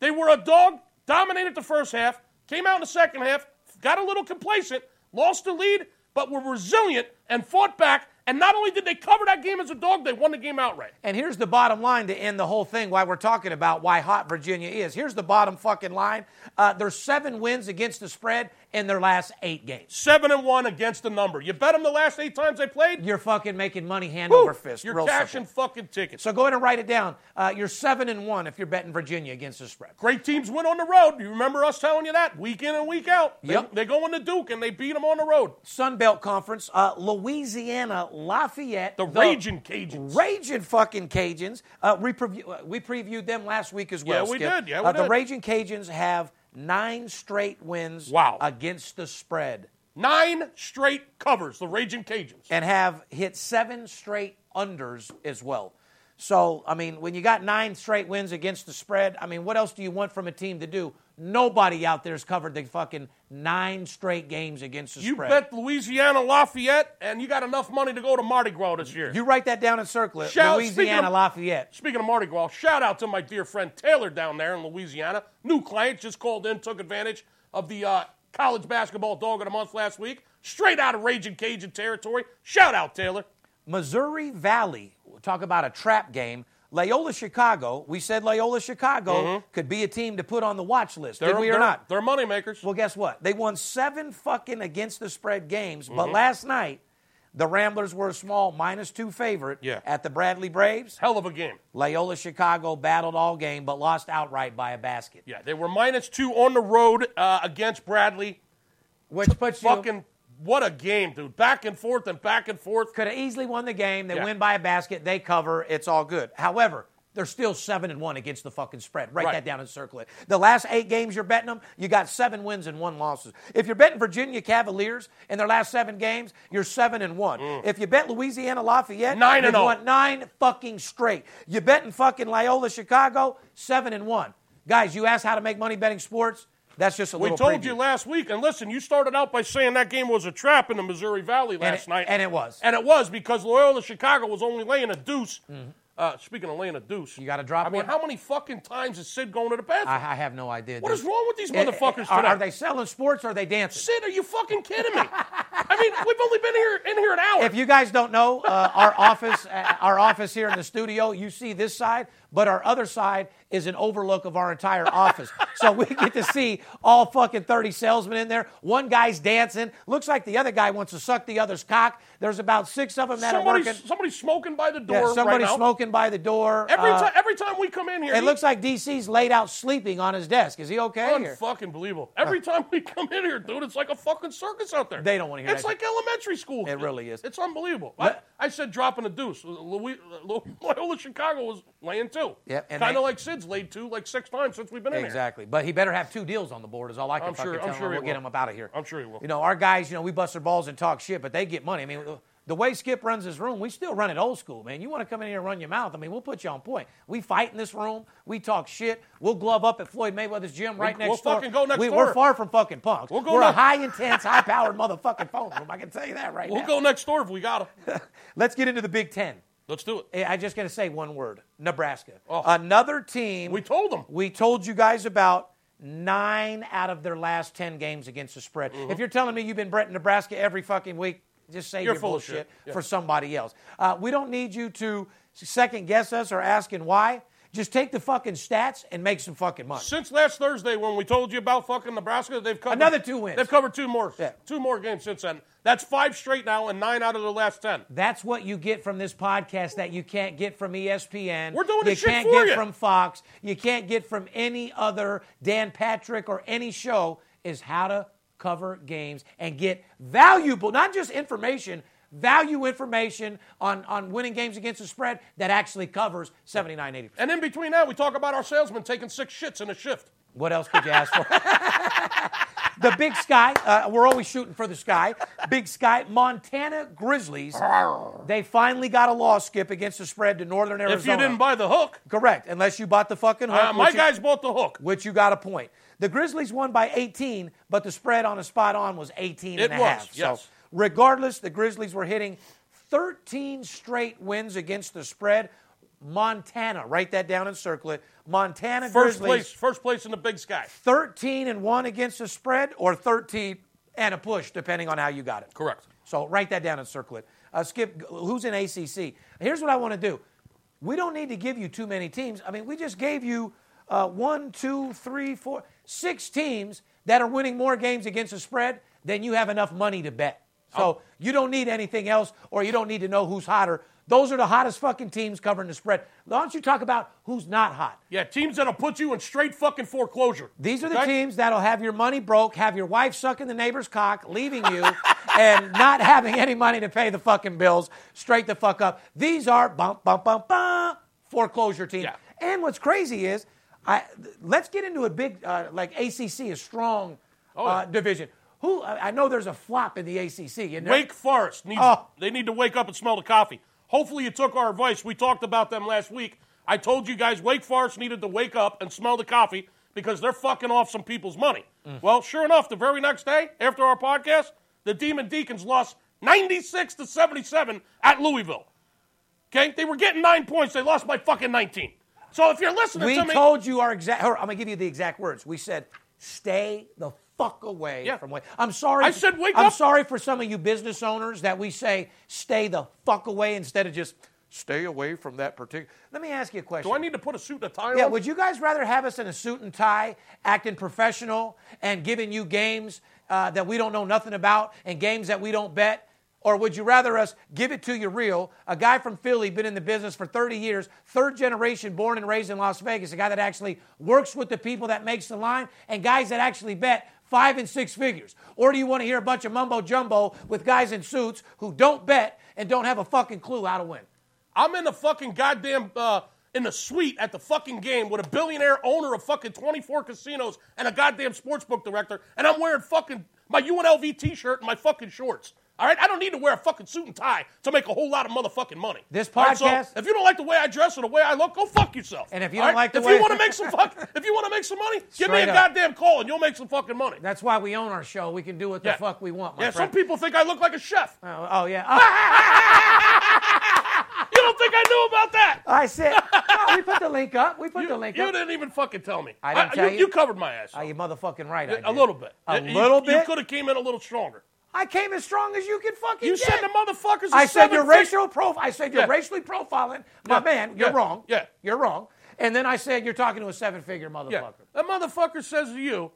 [SPEAKER 2] They were a dog, dominated the first half, came out in the second half, got a little complacent, lost the lead, but were resilient and fought back. And not only did they cover that game as a dog, they won the game outright.
[SPEAKER 1] And here's the bottom line to end the whole thing why we're talking about why hot Virginia is. Here's the bottom fucking line. Uh, there's seven wins against the spread in their last eight games.
[SPEAKER 2] Seven and one against the number. You bet them the last eight times they played.
[SPEAKER 1] You're fucking making money hand
[SPEAKER 2] woo,
[SPEAKER 1] over fist.
[SPEAKER 2] You're
[SPEAKER 1] Real
[SPEAKER 2] cashing
[SPEAKER 1] simple.
[SPEAKER 2] fucking tickets.
[SPEAKER 1] So go ahead and write it down. Uh, you're seven and one if you're betting Virginia against the spread.
[SPEAKER 2] Great teams win on the road. You remember us telling you that week in and week out. They-
[SPEAKER 1] Yep.
[SPEAKER 2] They go into Duke and they beat them on the road.
[SPEAKER 1] Sun Belt Conference, uh, Louisiana, Lafayette,
[SPEAKER 2] The raging Cajuns.
[SPEAKER 1] raging fucking Cajuns. Uh, we, preview, uh, we previewed them last week as well.
[SPEAKER 2] Yeah, we
[SPEAKER 1] Skip.
[SPEAKER 2] did. Yeah, we
[SPEAKER 1] Uh, The
[SPEAKER 2] did.
[SPEAKER 1] raging Cajuns have nine straight wins.
[SPEAKER 2] Wow.
[SPEAKER 1] against the spread
[SPEAKER 2] Nine straight covers. The raging Cajuns.
[SPEAKER 1] and have hit seven straight unders as well. So I mean, when you got nine straight wins against the spread, I mean, what else do you want from a team to do? Nobody out there's covered the fucking nine straight games against the
[SPEAKER 2] You
[SPEAKER 1] spread.
[SPEAKER 2] bet Louisiana Lafayette, and you got enough money to go to Mardi Gras this year.
[SPEAKER 1] You write that down and circle it.
[SPEAKER 2] Shout- speaking
[SPEAKER 1] Louisiana
[SPEAKER 2] of-
[SPEAKER 1] Lafayette.
[SPEAKER 2] Speaking of Mardi Gras, shout out to my dear friend Taylor down there in Louisiana. New client just called in, took advantage of the uh, college basketball dog of the month last week. Straight out of Raging Cajun territory. Shout out, Taylor.
[SPEAKER 1] Missouri Valley, talk about a trap game. Loyola Chicago, we said Loyola Chicago could be a team to put on the watch list. Did we or
[SPEAKER 2] Mm-hmm.
[SPEAKER 1] not?
[SPEAKER 2] They're moneymakers.
[SPEAKER 1] Well, guess what? They won seven fucking against the spread games, but
[SPEAKER 2] Mm-hmm.
[SPEAKER 1] last night the Ramblers were a small minus two favorite
[SPEAKER 2] Yeah.
[SPEAKER 1] at the Bradley Braves.
[SPEAKER 2] Hell of a game.
[SPEAKER 1] Loyola Chicago battled all game but lost outright by a basket,
[SPEAKER 2] Yeah, they were minus two on the road uh, against Bradley.
[SPEAKER 1] which puts you
[SPEAKER 2] Fucking, what a game, dude. Back and forth and back and forth.
[SPEAKER 1] could have easily won the game. They
[SPEAKER 2] Yeah.
[SPEAKER 1] win by a basket. They cover. It's all good. However, they're still seven and one against the fucking spread. Write
[SPEAKER 2] Right.
[SPEAKER 1] that down and circle it. The last eight games you're betting them, you got seven wins and one losses. If you're betting Virginia Cavaliers in their last seven games, you're seven and one. If you bet Louisiana Lafayette,
[SPEAKER 2] Mm. Nine and
[SPEAKER 1] you've
[SPEAKER 2] oh.
[SPEAKER 1] won nine fucking straight. You betting fucking Loyola Chicago, seven and one. Guys, you asked how to make money betting sports. That's just a
[SPEAKER 2] We
[SPEAKER 1] little.
[SPEAKER 2] told
[SPEAKER 1] preview.
[SPEAKER 2] you last week, and listen, you started out by saying that game was a trap in the Missouri Valley last
[SPEAKER 1] it-
[SPEAKER 2] night,
[SPEAKER 1] and it was.
[SPEAKER 2] and it was because Loyola Chicago was only laying a deuce. Uh, speaking of laying a deuce,
[SPEAKER 1] Mm-hmm. You gotta drop
[SPEAKER 2] I mean,
[SPEAKER 1] one?
[SPEAKER 2] how many fucking times is Sid going to the bathroom?
[SPEAKER 1] I, I have no idea.
[SPEAKER 2] What
[SPEAKER 1] dude.
[SPEAKER 2] is wrong with these
[SPEAKER 1] It-
[SPEAKER 2] motherfuckers
[SPEAKER 1] Are,
[SPEAKER 2] today?
[SPEAKER 1] are they selling sports or are they dancing?
[SPEAKER 2] Sid, are you fucking kidding me? I mean, we've only been here in here an hour.
[SPEAKER 1] If you guys don't know, uh, our office, uh, our office here in the studio, you see this side, but our other side is an overlook of our entire office. So we get to see all fucking thirty salesmen in there. One guy's dancing. Looks like the other guy wants to suck the other's cock. There's about six of them that
[SPEAKER 2] somebody's,
[SPEAKER 1] are working.
[SPEAKER 2] somebody's smoking by the door.
[SPEAKER 1] Yeah,
[SPEAKER 2] right
[SPEAKER 1] somebody's
[SPEAKER 2] now.
[SPEAKER 1] smoking by the door.
[SPEAKER 2] Every
[SPEAKER 1] Uh,
[SPEAKER 2] time, every time we come in here,
[SPEAKER 1] It looks like DC's laid out sleeping on his desk. Is he okay? or-
[SPEAKER 2] Unfucking believable. Every time we come in here, dude, it's like a fucking circus out there.
[SPEAKER 1] They don't wanna hear
[SPEAKER 2] It's
[SPEAKER 1] that.
[SPEAKER 2] like elementary school.
[SPEAKER 1] It really is.
[SPEAKER 2] It's unbelievable. I,
[SPEAKER 1] Let-
[SPEAKER 2] I said dropping a deuce. Louis, [LAUGHS] Lo- Loyola Chicago was laying two.
[SPEAKER 1] Yep, and
[SPEAKER 2] Kind
[SPEAKER 1] they-
[SPEAKER 2] of like Sid's laid two like six times since we've been in here.
[SPEAKER 1] Exactly. But he better have two deals on the board, is all I can
[SPEAKER 2] I'm sure-
[SPEAKER 1] fucking
[SPEAKER 2] I'm
[SPEAKER 1] tell
[SPEAKER 2] sure
[SPEAKER 1] him.
[SPEAKER 2] he
[SPEAKER 1] We'll get
[SPEAKER 2] will.
[SPEAKER 1] him up out of here.
[SPEAKER 2] I'm sure he will.
[SPEAKER 1] You know, our guys, you know, we bust their balls and talk shit, but they get money. I mean, the way Skip runs his room, we still run it old school, man. You want to come in here and run your mouth? I mean, we'll put you on point. We fight in this room. We talk shit. We'll glove up at Floyd Mayweather's gym right
[SPEAKER 2] we'll
[SPEAKER 1] next door.
[SPEAKER 2] fucking go next
[SPEAKER 1] we,
[SPEAKER 2] door.
[SPEAKER 1] We're far from fucking punks.
[SPEAKER 2] We'll go
[SPEAKER 1] are a
[SPEAKER 2] next-
[SPEAKER 1] high intense, high powered motherfucking phone room. I can tell you that right
[SPEAKER 2] We'll
[SPEAKER 1] now.
[SPEAKER 2] go next door if we got
[SPEAKER 1] [LAUGHS]
[SPEAKER 2] him.
[SPEAKER 1] Let's get into the Big Ten.
[SPEAKER 2] Let's do it.
[SPEAKER 1] Eh, I just got to say one word: Nebraska.
[SPEAKER 2] Oh.
[SPEAKER 1] Another team.
[SPEAKER 2] We told them.
[SPEAKER 1] We told you guys about nine out of their last 10 games against the spread.
[SPEAKER 2] Mm-hmm.
[SPEAKER 1] If you're telling me you've been Brett in Nebraska every fucking week, just say
[SPEAKER 2] You're
[SPEAKER 1] your
[SPEAKER 2] full of
[SPEAKER 1] bullshit
[SPEAKER 2] shit. Yeah.
[SPEAKER 1] for somebody else. Uh, we don't need you to second guess us or asking why. Just take the fucking stats and make some fucking money.
[SPEAKER 2] Since last Thursday, when we told you about fucking Nebraska, they've covered
[SPEAKER 1] Another two wins.
[SPEAKER 2] They've covered two more,
[SPEAKER 1] Yeah.
[SPEAKER 2] two more games since then. That's five straight now, and nine out of the last ten.
[SPEAKER 1] That's what you get from this podcast that you can't get from E ESPN.
[SPEAKER 2] We're doing
[SPEAKER 1] you
[SPEAKER 2] the shit
[SPEAKER 1] can't
[SPEAKER 2] for
[SPEAKER 1] get
[SPEAKER 2] you.
[SPEAKER 1] from Fox. You can't get from any other Dan Patrick or any show is how to cover games and get valuable, not just information, value information on, on winning games against the spread that actually covers 79 80%.
[SPEAKER 2] And in between that, we talk about our salesman taking six shits in a shift.
[SPEAKER 1] What else could you ask for? the Big Sky. Uh, we're always shooting for the sky. Big Sky. Montana Grizzlies. They finally got a loss skip against the spread to Northern Arizona.
[SPEAKER 2] If you didn't buy the hook,
[SPEAKER 1] correct, unless you bought the fucking hook,
[SPEAKER 2] Uh, my
[SPEAKER 1] which you-
[SPEAKER 2] guys bought the hook.
[SPEAKER 1] which you got a point. The Grizzlies won by 18, but the spread on a spot on was 18
[SPEAKER 2] It
[SPEAKER 1] and a
[SPEAKER 2] was,
[SPEAKER 1] half. So
[SPEAKER 2] yes.
[SPEAKER 1] regardless, the Grizzlies were hitting 13 straight wins against the spread. Montana. Write that down and circle it. Montana
[SPEAKER 2] First
[SPEAKER 1] Grizzlies
[SPEAKER 2] place, first place in the Big Sky.
[SPEAKER 1] 13 and 1 against the spread or 13 and a push depending on how you got it.
[SPEAKER 2] Correct.
[SPEAKER 1] So write that down and circle it. Uh, Skip, who's in ACC? Here's what I want to do. We don't need to give you too many teams. I mean, we just gave you uh, one, two, three, four, six teams that are winning more games against the spread than you have enough money to bet. So you don't need anything else, or you don't need to know who's hotter. Those are the hottest fucking teams covering the spread. Why don't you talk about who's not hot?
[SPEAKER 2] Yeah, teams that'll put you in straight fucking foreclosure.
[SPEAKER 1] These are the
[SPEAKER 2] Okay?
[SPEAKER 1] teams that'll have your money broke, have your wife sucking the neighbor's cock, leaving you, [LAUGHS] and not having any money to pay the fucking bills. Straight the fuck up. These are bump, bump, bump, bump foreclosure teams.
[SPEAKER 2] Yeah.
[SPEAKER 1] And what's crazy is, I th- let's get into a big uh, like ACC is strong uh, division. Who I I know there's a flop in the ACC. And there-
[SPEAKER 2] Wake Forest needs.
[SPEAKER 1] Oh.
[SPEAKER 2] They need to wake up and smell the coffee. Hopefully, you took our advice. We talked about them last week. I told you guys Wake Forest needed to wake up and smell the coffee because they're fucking off some people's money.
[SPEAKER 1] Mm.
[SPEAKER 2] Well, sure enough, the very next day after our podcast, the Demon Deacons lost 96 to 77 at Louisville. Okay, they were getting nine points. They lost by fucking 19. So if you're listening
[SPEAKER 1] we
[SPEAKER 2] to me,
[SPEAKER 1] told you our exact. I'm gonna give you the exact words. We said, "Stay the fuck away
[SPEAKER 2] Yeah.
[SPEAKER 1] from Wake." I'm sorry.
[SPEAKER 2] I said, "Wake
[SPEAKER 1] I'm
[SPEAKER 2] up."
[SPEAKER 1] sorry for some of you business owners that we say, "Stay the fuck away," instead of just stay away from that particular. Let me ask you a question.
[SPEAKER 2] do I need to put a suit and a tie
[SPEAKER 1] yeah,
[SPEAKER 2] on?
[SPEAKER 1] would you guys rather have us in a suit and tie, acting professional, and giving you games uh, that we don't know nothing about and games that we don't bet? Or would you rather us give it to you real? A guy from Philly, been in the business for 30 years, third generation, born and raised in Las Vegas, a guy that actually works with the people that makes the line and guys that actually bet five and six figures? Or do you want to hear a bunch of mumbo jumbo with guys in suits who don't bet and don't have a fucking clue how to win?
[SPEAKER 2] I'm in the fucking goddamn uh, in the suite at the fucking game with a billionaire owner of fucking 24 casinos and a goddamn sportsbook director, and I'm wearing fucking my UNLV t-shirt and my fucking shorts. All right, I don't need to wear a fucking suit and tie to make a whole lot of motherfucking money.
[SPEAKER 1] This
[SPEAKER 2] All right, so
[SPEAKER 1] podcast-
[SPEAKER 2] if you don't like the way I dress or the way I look, go fuck yourself.
[SPEAKER 1] And if you
[SPEAKER 2] All
[SPEAKER 1] don't like the
[SPEAKER 2] if
[SPEAKER 1] way-
[SPEAKER 2] you want to make some fuck, [LAUGHS] if you want to make some money, give me
[SPEAKER 1] Straight
[SPEAKER 2] a
[SPEAKER 1] up.
[SPEAKER 2] goddamn call and you'll make some fucking money.
[SPEAKER 1] That's why we own our show. We can do what the
[SPEAKER 2] Yeah.
[SPEAKER 1] fuck we want, my
[SPEAKER 2] yeah,
[SPEAKER 1] friend.
[SPEAKER 2] some people think I look like a chef. [LAUGHS]
[SPEAKER 1] Oh, oh, yeah. [LAUGHS] Ah!
[SPEAKER 2] You don't think I knew about that?
[SPEAKER 1] I said, no, we put the link up. We put
[SPEAKER 2] You,
[SPEAKER 1] the link
[SPEAKER 2] you
[SPEAKER 1] up.
[SPEAKER 2] didn't even fucking tell me.
[SPEAKER 1] I didn't tell you?
[SPEAKER 2] you. covered my ass.
[SPEAKER 1] Are you motherfucking right? I
[SPEAKER 2] A
[SPEAKER 1] did.
[SPEAKER 2] little bit.
[SPEAKER 1] A
[SPEAKER 2] You-
[SPEAKER 1] little
[SPEAKER 2] You
[SPEAKER 1] bit.
[SPEAKER 2] could have came in a little stronger.
[SPEAKER 1] I came as strong as you can fucking.
[SPEAKER 2] You
[SPEAKER 1] get.
[SPEAKER 2] said the motherfuckers. are
[SPEAKER 1] I said
[SPEAKER 2] seven
[SPEAKER 1] your
[SPEAKER 2] feet-
[SPEAKER 1] racial prof. I said you're
[SPEAKER 2] Yeah.
[SPEAKER 1] racially profiling my
[SPEAKER 2] Yeah.
[SPEAKER 1] man. You're
[SPEAKER 2] Yeah.
[SPEAKER 1] wrong.
[SPEAKER 2] Yeah.
[SPEAKER 1] You're wrong. And then I said you're talking to a seven-figure motherfucker.
[SPEAKER 2] Yeah. That motherfucker says to you,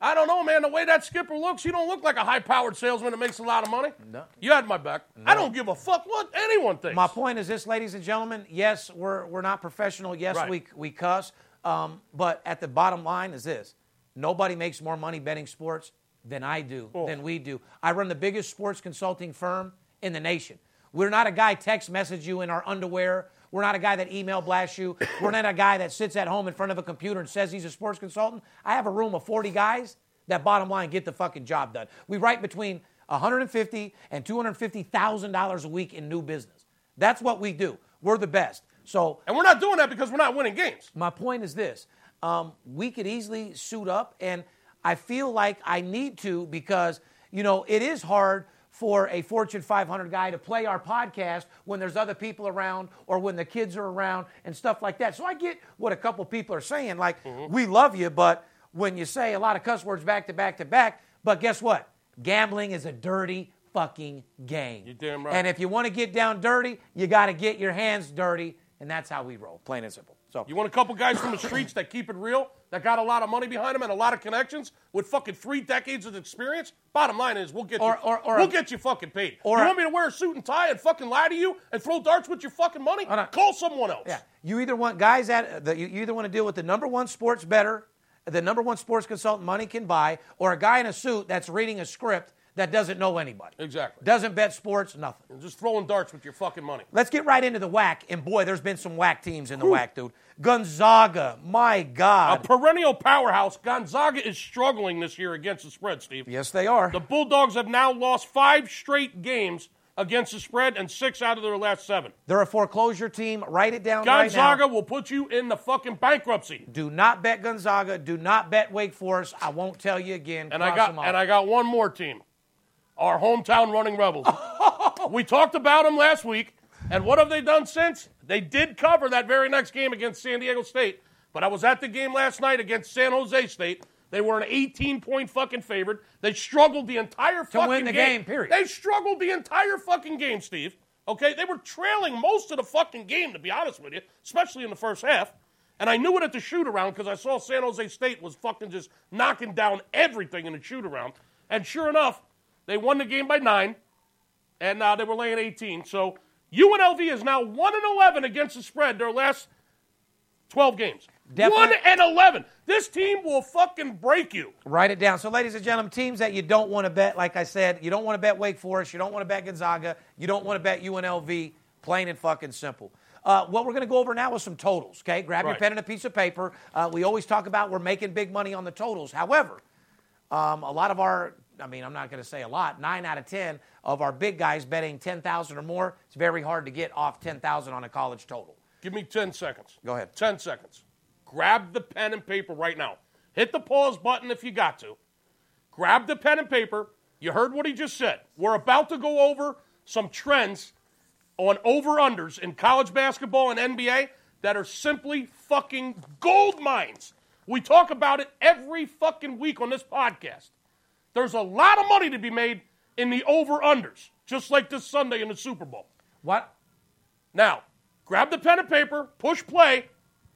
[SPEAKER 2] "I don't know, man. The way that skipper looks, you don't look like a high-powered salesman that makes a lot of money." No. You had my back. I don't give a fuck what anyone thinks.
[SPEAKER 1] My point is this, ladies and gentlemen. Yes, we're we're not professional. Yes,
[SPEAKER 2] Right.
[SPEAKER 1] we we cuss. Um, but at the bottom line is this: nobody makes more money betting sports than I do, than we do. I run the biggest sports consulting firm in the nation. We're not a guy text message you in our underwear. We're not a guy that email blasts you. We're not a guy that sits at home in front of a computer and says he's a sports consultant. I have a room of 40 guys that bottom line get the fucking job done. We write between 150 and 250 thousand dollars a week in new business. That's what we do. We're the best. So
[SPEAKER 2] and we're not doing that because we're not winning games.
[SPEAKER 1] my point is this: um, we could easily suit up, and I feel like I need to because you know it is hard for a Fortune 500 guy to play our podcast when there's other people around or when the kids are around and stuff like that. So I get what a couple people are saying, like
[SPEAKER 2] Mm-hmm.
[SPEAKER 1] we love you, but when you say a lot of cuss words back to back to back, but guess what? Gambling is a dirty fucking game. You
[SPEAKER 2] damn right.
[SPEAKER 1] And if you want to get down dirty, you got to get your hands dirty, and that's how we roll, plain and simple. So
[SPEAKER 2] You want a couple guys from the streets that keep it real, that got a lot of money behind them and a lot of connections, with fucking three decades of experience. Bottom line is, we'll get
[SPEAKER 1] Or-
[SPEAKER 2] you,
[SPEAKER 1] or- or-
[SPEAKER 2] we'll get you fucking paid.
[SPEAKER 1] or-
[SPEAKER 2] you want me to wear a suit and tie and fucking lie to you and throw darts with your fucking money?
[SPEAKER 1] Hold on.
[SPEAKER 2] Call someone else.
[SPEAKER 1] Yeah. You either want guys that that you you either want to deal with the number one sports better, the number one sports consultant money can buy, or a guy in a suit that's reading a script that doesn't know anybody.
[SPEAKER 2] Exactly.
[SPEAKER 1] Doesn't bet sports, nothing.
[SPEAKER 2] Just throwing darts with your fucking money.
[SPEAKER 1] Let's get right into the whack. And boy, there's been some whack teams in the whack, dude. Gonzaga, my
[SPEAKER 2] A
[SPEAKER 1] God.
[SPEAKER 2] perennial powerhouse, Gonzaga is struggling this year against the spread, Steve.
[SPEAKER 1] yes, they are.
[SPEAKER 2] The Bulldogs have now lost five straight games against the spread and six out of their last seven.
[SPEAKER 1] They're a foreclosure team. Write it down right now.
[SPEAKER 2] Gonzaga will put you in the fucking bankruptcy.
[SPEAKER 1] Do not bet Gonzaga. Do not bet Wake Forest. I won't tell you again.
[SPEAKER 2] And
[SPEAKER 1] Cross
[SPEAKER 2] I
[SPEAKER 1] them
[SPEAKER 2] got
[SPEAKER 1] off.
[SPEAKER 2] and I got one more team. Our hometown running rebels. we talked about them last week. And what have they done since? They did cover that very next game against San Diego State, but I was at the game last night against San Jose State. They were an 18 point fucking favorite. They struggled the entire fucking
[SPEAKER 1] win the game, period.
[SPEAKER 2] They struggled the entire fucking game, Steve. Okay, they were trailing most of the fucking game, to be honest with you, especially in the first half. And I knew it at the shoot around because I saw San Jose State was fucking just knocking down everything in the shoot around. And sure enough, they won the game by nine, and uh, they were laying 18. So UNLV is now 1 and 11 against the spread their last 12 games.
[SPEAKER 1] Definitely-
[SPEAKER 2] 1 and 11. This team will fucking break you.
[SPEAKER 1] Write it down. So, ladies and gentlemen, teams that you don't want to bet, like I said, you don't want to bet Wake Forest, you don't want to bet Gonzaga, you don't want to bet UNLV. Plain and fucking simple. Uh, what we're going to go over now is some totals. Okay, grab your
[SPEAKER 2] Right.
[SPEAKER 1] pen and a piece of paper. Uh, we always talk about we're making big money on the totals. However, um, a lot of our, I mean, I'm not going to say a lot, nine out of 10 of our big guys betting 10,000 or more, it's very hard to get off 10,000 on a college total.
[SPEAKER 2] Give me 10 seconds.
[SPEAKER 1] Go ahead.
[SPEAKER 2] 10 seconds. Grab the pen and paper right now. Hit the pause button if you got to. Grab the pen and paper. You heard what he just said. We're about to go over some trends on over unders in college basketball and NBA that are simply fucking gold mines. We talk about it every fucking week on this podcast. There's a lot of money to be made in the over unders, just like this Sunday in the Super Bowl.
[SPEAKER 1] What?
[SPEAKER 2] Now, grab the pen and paper, push play.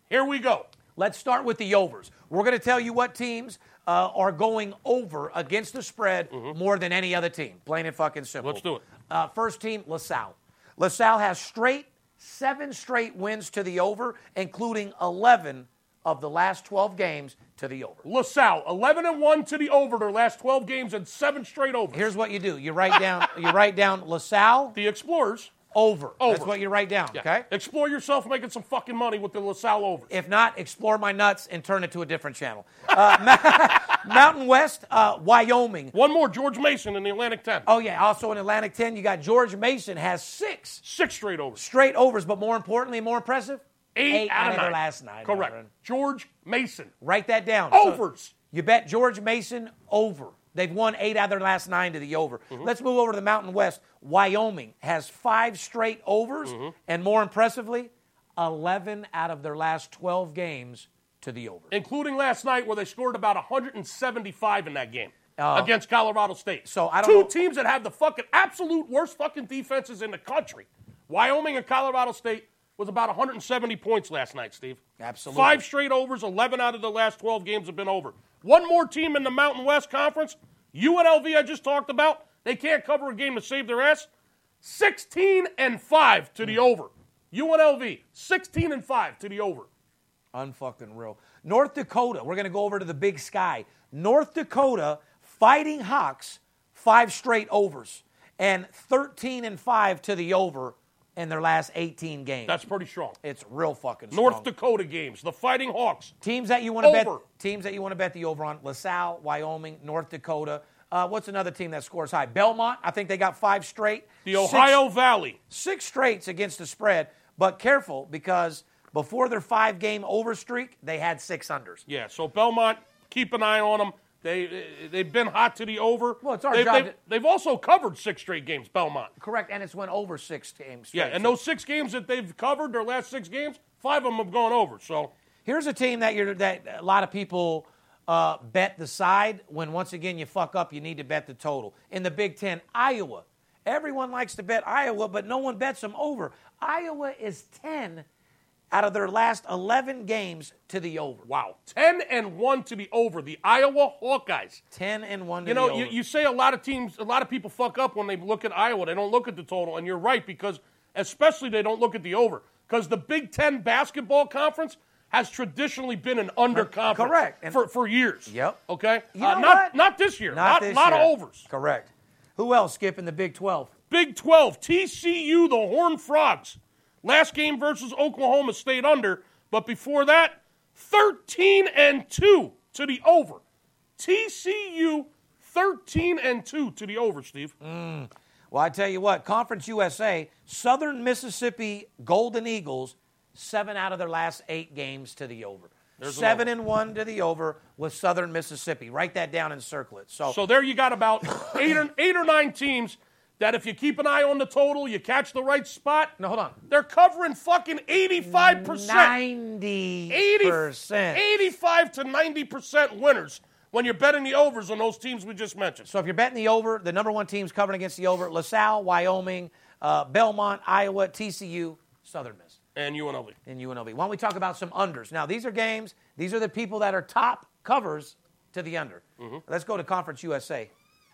[SPEAKER 2] Here we go.
[SPEAKER 1] Let's start with the overs. We're going to tell you what teams uh, are going over against the spread more than any other team. Plain and fucking simple.
[SPEAKER 2] Mm-hmm. Let's do it.
[SPEAKER 1] Uh, first team, LaSalle. LaSalle has straight, seven straight wins to the over, including 11 of the last 12 games to the over.
[SPEAKER 2] LaSalle, 11 and 1 to the over their last 12 games and seven straight over.
[SPEAKER 1] Here's what you do. You
[SPEAKER 2] [LAUGHS]
[SPEAKER 1] write down. You write down LaSalle
[SPEAKER 2] the Explorers.
[SPEAKER 1] over. That's
[SPEAKER 2] Over.
[SPEAKER 1] what you write down. Oh, Okay.
[SPEAKER 2] Explore yourself making some fucking money with the LaSalle over.
[SPEAKER 1] If not, explore my nuts and turn it to a different channel. Uh, [LAUGHS] Ma- Mountain West, uh, Wyoming.
[SPEAKER 2] One more, George Mason in the Atlantic 10.
[SPEAKER 1] Oh yeah. Also in Atlantic 10, you got George Mason has six
[SPEAKER 2] Six straight overs.
[SPEAKER 1] straight overs, but more importantly, more impressive,
[SPEAKER 2] Eight, out of
[SPEAKER 1] their
[SPEAKER 2] nine.
[SPEAKER 1] last nine.
[SPEAKER 2] Correct.
[SPEAKER 1] Myron.
[SPEAKER 2] George Mason.
[SPEAKER 1] Write that down. So
[SPEAKER 2] Overs.
[SPEAKER 1] you bet George Mason over. They've won eight out of their last nine to the over.
[SPEAKER 2] Mm-hmm.
[SPEAKER 1] Let's move over to the Mountain West. Wyoming has five straight overs,
[SPEAKER 2] Mm-hmm.
[SPEAKER 1] and more impressively, 11 out of their last 12 games to the over.
[SPEAKER 2] including last night where they scored about 175 in that game against Colorado State.
[SPEAKER 1] Oh. So I don't
[SPEAKER 2] two
[SPEAKER 1] know-
[SPEAKER 2] teams that have the fucking absolute worst fucking defenses in the country. Wyoming and Colorado State was about 170 points last night, Steve.
[SPEAKER 1] Absolutely.
[SPEAKER 2] Five straight overs, 11 out of the last 12 games have been over. One more team in the Mountain West Conference, UNLV I just talked about, they can't cover a game to save their ass. 16 and 5 to
[SPEAKER 1] Hmm.
[SPEAKER 2] the over. UNLV 16 and 5 to the over.
[SPEAKER 1] Unfucking real. North Dakota, we're going to go over to the big sky. North Dakota fighting Hawks, five straight overs, and 13 and 5 to the over in their last 18 games.
[SPEAKER 2] That's pretty strong.
[SPEAKER 1] it's real fucking
[SPEAKER 2] North
[SPEAKER 1] strong.
[SPEAKER 2] Dakota games, the Fighting Hawks.
[SPEAKER 1] Teams that you want to bet.
[SPEAKER 2] Over.
[SPEAKER 1] Teams that you want to bet the over on: LaSalle, Wyoming, North Dakota. Uh, what's another team that scores high? Belmont. I think they got five straight.
[SPEAKER 2] The Ohio Valley.
[SPEAKER 1] Six, six straights against the spread, but careful because before their five-game over streak, they had six unders.
[SPEAKER 2] Yeah, so Belmont, keep an eye on them. They, uh, they've been hot to the over.
[SPEAKER 1] Well, it's our
[SPEAKER 2] they,
[SPEAKER 1] job
[SPEAKER 2] They've,
[SPEAKER 1] to-
[SPEAKER 2] they've also covered six straight games, Belmont.
[SPEAKER 1] Correct, and it's went over six games.
[SPEAKER 2] Yeah,
[SPEAKER 1] straight.
[SPEAKER 2] and those six games that they've covered, their last six games, five of them have gone over. So
[SPEAKER 1] Here's a team that you're that a lot of people uh, bet the side. When once again you fuck up, you need to bet the total. In the Big Ten, Iowa. Everyone likes to bet Iowa, but no one bets them over. Iowa is ten out of their last eleven games to the over.
[SPEAKER 2] wow, ten and one to the over. The Iowa Hawkeyes.
[SPEAKER 1] Ten and one. To
[SPEAKER 2] You know,
[SPEAKER 1] the
[SPEAKER 2] you,
[SPEAKER 1] over.
[SPEAKER 2] you say a lot of teams, a lot of people fuck up when they look at Iowa. They don't look at the total, and you're right because especially they don't look at the over because the Big Ten basketball conference has traditionally been an under conference,
[SPEAKER 1] Correct. And-
[SPEAKER 2] for, for years.
[SPEAKER 1] Yep.
[SPEAKER 2] Okay. Uh,
[SPEAKER 1] You know
[SPEAKER 2] not
[SPEAKER 1] what?
[SPEAKER 2] not this year. Not,
[SPEAKER 1] this
[SPEAKER 2] lot
[SPEAKER 1] year.
[SPEAKER 2] of overs.
[SPEAKER 1] Correct. Who else? Skip in the Big Twelve.
[SPEAKER 2] Big Twelve, TCU, the Horned Frogs. Last game versus Oklahoma State under, but before that, thirteen and two to the over. TCU. 13 and 2 to the over, Steve.
[SPEAKER 1] Well, I tell you what, Conference USA, Southern Mississippi Golden Eagles, seven out of their last eight games to the over. seven and one to the over with Southern Mississippi. Write that down and circle it. So,
[SPEAKER 2] So there you got about eight or eight or nine teams that if you keep an eye on the total, you catch the right spot.
[SPEAKER 1] No, hold on.
[SPEAKER 2] They're covering fucking 85%.
[SPEAKER 1] 90
[SPEAKER 2] 80,
[SPEAKER 1] percent.
[SPEAKER 2] 85 to 90% winners when you're betting the overs on those teams we just mentioned.
[SPEAKER 1] So if you're betting the over, the number one team's covering against the over: LaSalle, Wyoming, uh, Belmont, Iowa, TCU, Southern Miss,
[SPEAKER 2] And UNLV.
[SPEAKER 1] and UNLV. Why don't we talk about some unders? Now these are games. These are the people that are top covers to the under. Let's go to Conference USA.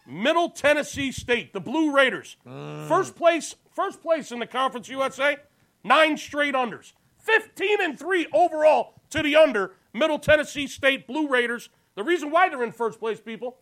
[SPEAKER 2] Middle Tennessee State, the Blue Raiders.
[SPEAKER 1] Mm.
[SPEAKER 2] First place, first place in the Conference USA, nine straight unders. 15 and 3 overall to the under, Middle Tennessee State Blue Raiders. The reason why they're in first place, people,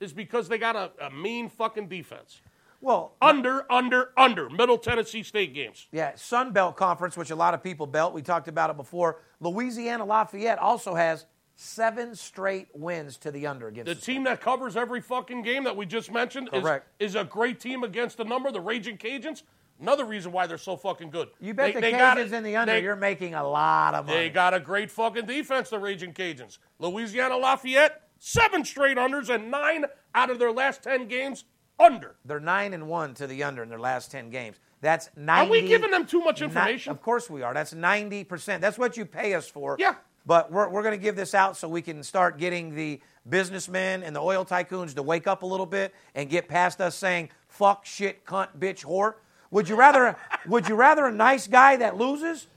[SPEAKER 2] is because they got a, a mean fucking defense.
[SPEAKER 1] Well,
[SPEAKER 2] Oh. Under, under, under, Middle Tennessee State games.
[SPEAKER 1] Yeah, Sun Belt Conference, which a lot of people belt. We talked about it before. Louisiana Lafayette also has seven straight wins to the under against
[SPEAKER 2] The
[SPEAKER 1] us.
[SPEAKER 2] team that covers every fucking game that we just mentioned is,
[SPEAKER 1] Correct.
[SPEAKER 2] is a great team against the number, the Raging Cajuns. Another reason why they're so fucking good.
[SPEAKER 1] You bet
[SPEAKER 2] They-
[SPEAKER 1] the
[SPEAKER 2] they got
[SPEAKER 1] Cajuns
[SPEAKER 2] it-
[SPEAKER 1] in the under,
[SPEAKER 2] they-
[SPEAKER 1] you're making a lot of money.
[SPEAKER 2] They got a great fucking defense, the Raging Cajuns. Louisiana Lafayette, seven straight unders and nine out of their last 10 games under.
[SPEAKER 1] They're nine and one to the under in their last ten games. That's ninety.
[SPEAKER 2] Are we giving them too much
[SPEAKER 1] ni-
[SPEAKER 2] information?
[SPEAKER 1] of course we are. That's ninety percent. That's what you pay us for.
[SPEAKER 2] Yeah.
[SPEAKER 1] But we're we're going to give this out so we can start getting the businessmen and the oil tycoons to wake up a little bit and get past us saying fuck, shit, cunt, bitch, whore. Would you rather [LAUGHS] would you rather a nice guy that loses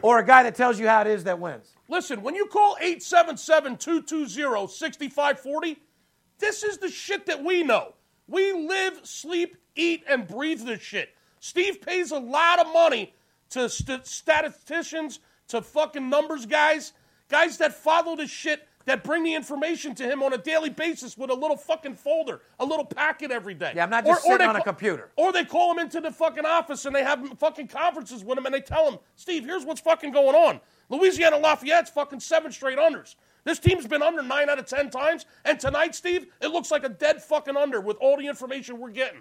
[SPEAKER 1] or a guy that tells you how it is that wins?
[SPEAKER 2] Listen, when you call 877 220 6540, this is the shit that we know. We live, sleep, eat, and breathe this shit. Steve pays a lot of money to st- statisticians, to fucking numbers guys, guys that follow this shit, that bring the information to him on a daily basis with a little fucking folder, a little packet every day.
[SPEAKER 1] Yeah, I'm not just sitting
[SPEAKER 2] they
[SPEAKER 1] on a
[SPEAKER 2] ca-
[SPEAKER 1] computer.
[SPEAKER 2] Or they call him into the fucking office and they have fucking conferences with him and they tell him, Steve, here's what's fucking going on. Louisiana Lafayette's fucking seven straight unders. This team's been under nine out of ten times, and tonight, Steve, it looks like a dead fucking under with all the information we're getting.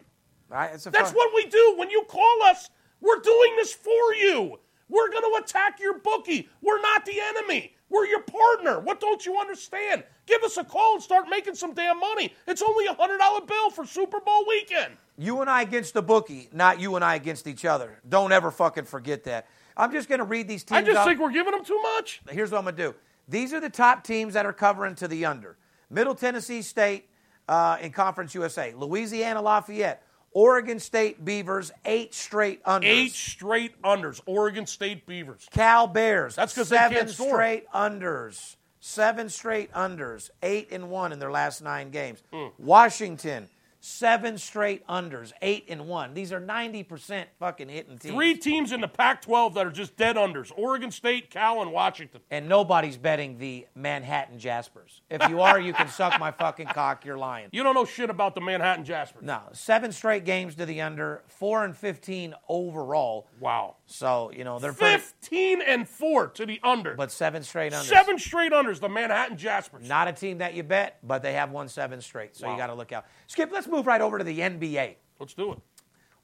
[SPEAKER 1] All right? It's a
[SPEAKER 2] That's
[SPEAKER 1] fun-
[SPEAKER 2] what we do when you call us. We're doing this for you. We're going to attack your bookie. We're not the enemy. We're your partner. What don't you understand? Give us a call and start making some damn money. It's only a $100 bill for Super Bowl weekend.
[SPEAKER 1] You and I against the bookie, not you and I against each other. Don't ever fucking forget that. I'm just going to read these teams.
[SPEAKER 2] I just
[SPEAKER 1] off.
[SPEAKER 2] think we're giving them too much.
[SPEAKER 1] Here's what I'm going to do. These are the top teams that are covering to the under. Middle Tennessee State uh, in Conference USA, Louisiana Lafayette, Oregon State Beavers, eight straight unders.
[SPEAKER 2] Eight straight unders. Oregon State Beavers.
[SPEAKER 1] Cal Bears.
[SPEAKER 2] That's 'cause they
[SPEAKER 1] seven
[SPEAKER 2] can't score.
[SPEAKER 1] straight unders. Seven straight unders. Eight and one in their last nine games.
[SPEAKER 2] Hmm.
[SPEAKER 1] Washington, seven straight unders. Eight and one. These are ninety percent fucking hitting teams.
[SPEAKER 2] Three teams in the Pac 12 that are just dead unders Oregon State, Cal, and Washington.
[SPEAKER 1] and nobody's betting the Manhattan Jaspers. If you are, you can suck my fucking cock. You're lying.
[SPEAKER 2] You don't know shit about the Manhattan Jasper.
[SPEAKER 1] No, seven straight games to the under, four and fifteen overall.
[SPEAKER 2] Wow.
[SPEAKER 1] So you know they're pretty,
[SPEAKER 2] 15 and 4 to the under.
[SPEAKER 1] but seven straight under.
[SPEAKER 2] Seven straight unders, the Manhattan Jaspers.
[SPEAKER 1] Not a team that you bet, but they have won seven straight. So you got to look out. Skip. Let's move right over to the NBA.
[SPEAKER 2] Let's do it.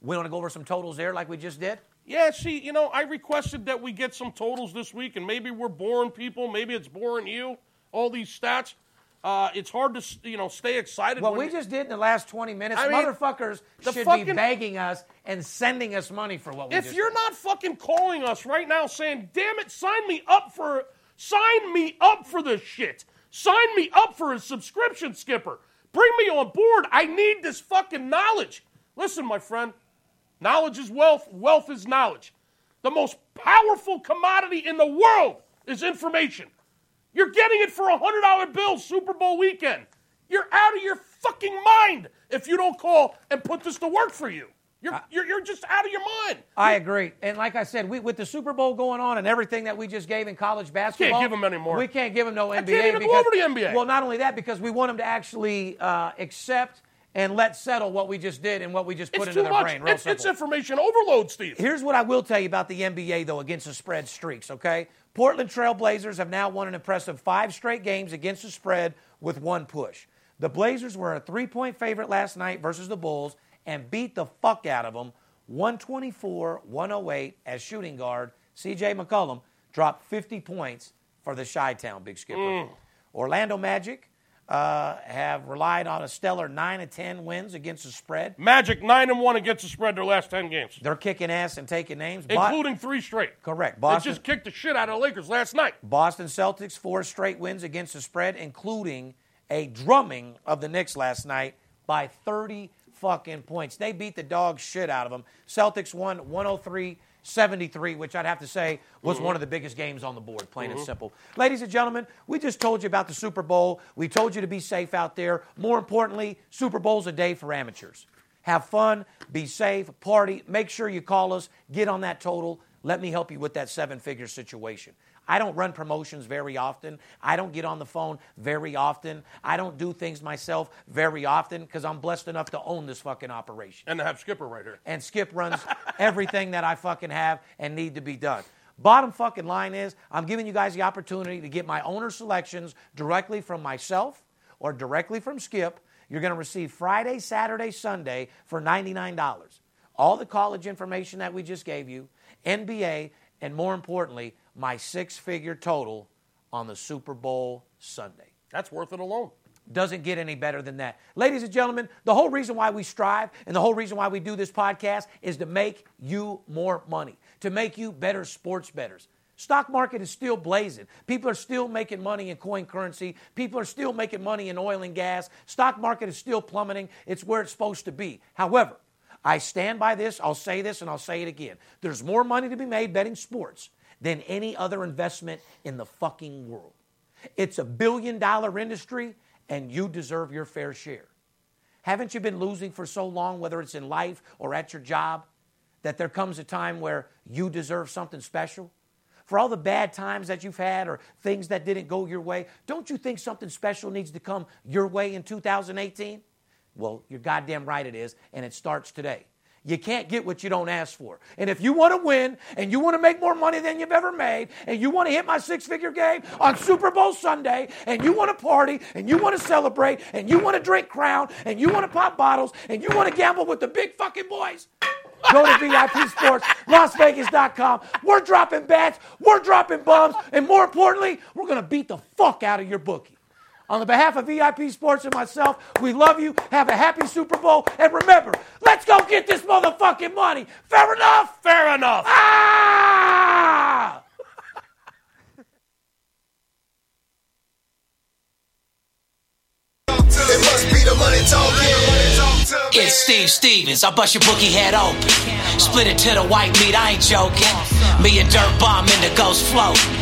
[SPEAKER 1] We want to go over some totals there, like we just did.
[SPEAKER 2] Yeah, see, you know, I requested that we get some totals this week, and maybe we're boring people. Maybe it's boring you, all these stats. Uh, it's hard to, s- you know, stay excited.
[SPEAKER 1] What
[SPEAKER 2] when
[SPEAKER 1] we
[SPEAKER 2] you-
[SPEAKER 1] just did in the last 20 minutes,
[SPEAKER 2] I mean,
[SPEAKER 1] motherfuckers
[SPEAKER 2] the
[SPEAKER 1] should be
[SPEAKER 2] fucking-
[SPEAKER 1] begging us and sending us money for what we
[SPEAKER 2] If
[SPEAKER 1] just
[SPEAKER 2] you're not fucking calling us right now saying, damn it, sign me up for sign me up for this shit. Sign me up for a subscription skipper. Bring me on board. I need this fucking knowledge. Listen, my friend, knowledge is wealth, wealth is knowledge. The most powerful commodity in the world is information. You're getting it for a hundred dollar bill Super Bowl weekend. You're out of your fucking mind if you don't call and put this to work for you. You're, you're, you're just out of your mind.
[SPEAKER 1] I agree. And like I said, we, with the Super Bowl going on and everything that we just gave in college basketball,
[SPEAKER 2] give 'em any more.
[SPEAKER 1] We can't give them no NBA.
[SPEAKER 2] can't even go
[SPEAKER 1] because,
[SPEAKER 2] over the NBA.
[SPEAKER 1] Well, not only that, because we want them to actually uh, accept and let settle what we just did and what we just put
[SPEAKER 2] it's
[SPEAKER 1] into
[SPEAKER 2] too
[SPEAKER 1] their
[SPEAKER 2] much.
[SPEAKER 1] brain. Real
[SPEAKER 2] it's, it's
[SPEAKER 1] simple.
[SPEAKER 2] information overload, Steve.
[SPEAKER 1] Here's what I will tell you about the NBA, though, against the spread streaks, okay? Portland Trailblazers have now won an impressive five straight games against the spread with one push. The Blazers were a three point favorite last night versus the Bulls and beat the fuck out of them 124 108 as shooting guard CJ McCollum dropped 50 points for the Chi Town Big Skipper. Orlando Magic uh, have relied on a stellar 9 of 10 wins against the spread.
[SPEAKER 2] Magic nine and one against the spread their last ten games,
[SPEAKER 1] They're kicking ass and taking names. Bo-
[SPEAKER 2] including three straight.
[SPEAKER 1] correct.
[SPEAKER 2] They
[SPEAKER 1] Boston,
[SPEAKER 2] just kicked the shit out of the Lakers last night.
[SPEAKER 1] Boston Celtics, four straight wins against the spread, including a drumming of the Knicks last night by 30 fucking points. They beat the dog shit out of them. Celtics won 103 73, which I'd have to say was one of the biggest games on the board, plain and simple. Ladies and gentlemen, we just told you about the Super Bowl. We told you to be safe out there. More importantly, Super Bowl's a day for amateurs. Have fun, be safe, party. Make sure you call us, get on that total. Let me help you with that seven figure situation. I don't run promotions very often. I don't get on the phone very often. I don't do things myself very often because I'm blessed enough to own this fucking operation.
[SPEAKER 2] And they have Skipper right here.
[SPEAKER 1] And Skip runs everything that I fucking have and need to be done. Bottom fucking line is, I'm giving you guys the opportunity to get my owner selections directly from myself or directly from Skip. You're going to receive Friday, Saturday, Sunday for $99 all the college information that we just gave you, NBA, and more importantly, my six figure total on the Super Bowl Sunday.
[SPEAKER 2] That's worth it alone.
[SPEAKER 1] Doesn't get any better than that. Ladies and gentlemen, the whole reason why we strive and the whole reason why we do this podcast is to make you more money, to make you better sports betters. Stock market is still blazing. People are still making money in coin currency. People are still making money in oil and gas. Stock market is still plummeting. It's where it's supposed to be. However, I stand by this, I'll say this, and I'll say it again. There's more money to be made betting sports than any other investment in the fucking world. It's a billion dollar industry, and you deserve your fair share. Haven't you been losing for so long, whether it's in life or at your job, that there comes a time where you deserve something special? For all the bad times that you've had or things that didn't go your way, don't you think something special needs to come your way in 2018? Well, you're goddamn right it is, and it starts today. You can't get what you don't ask for. And if you want to win and you want to make more money than you've ever made and you want to hit my six figure game on Super Bowl Sunday and you want to party and you want to celebrate and you want to drink Crown and you want to pop bottles and you want to gamble with the big fucking boys, go to VIP Sports, LasVegas.com. We're dropping bats, we're dropping bums, and more importantly, we're going to beat the fuck out of your bookie. On the behalf of VIP Sports and myself, we love you. Have a happy Super Bowl. And remember, let's go get this motherfucking money. Fair enough?
[SPEAKER 2] Fair enough.
[SPEAKER 1] Ah!
[SPEAKER 4] It must be the money talking.
[SPEAKER 5] It's Steve Stevens. I bust your bookie head open. Split it to the white meat, I ain't joking. Me and Dirt Bomb in the ghost float.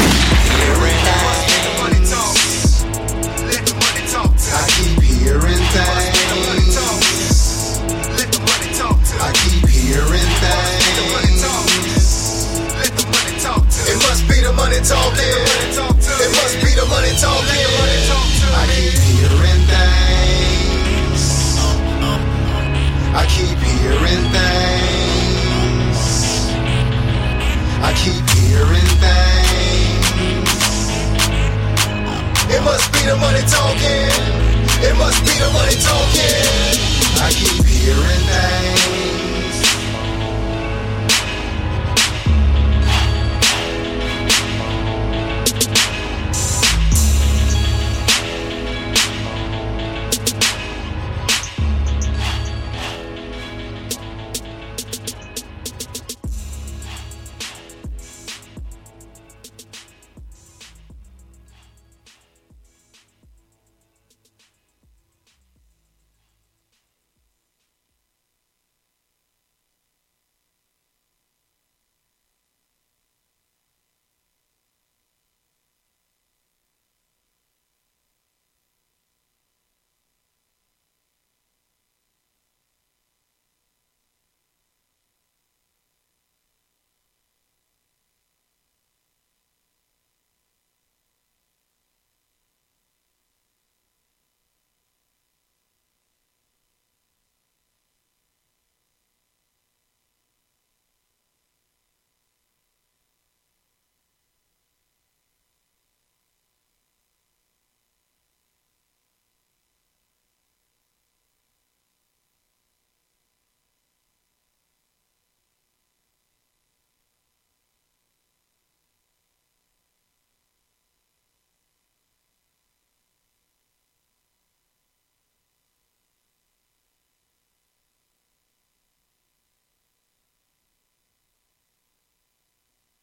[SPEAKER 4] Money talks. Let the money talk to I keep hearing things. Let the money talk to I keep hearing things. Let the money talk to It must be the money talking. It must be the money talking. I keep hearing things. I keep hearing things. I keep hearing things. It must be the money talking. It must be the money talking. I keep hearing things.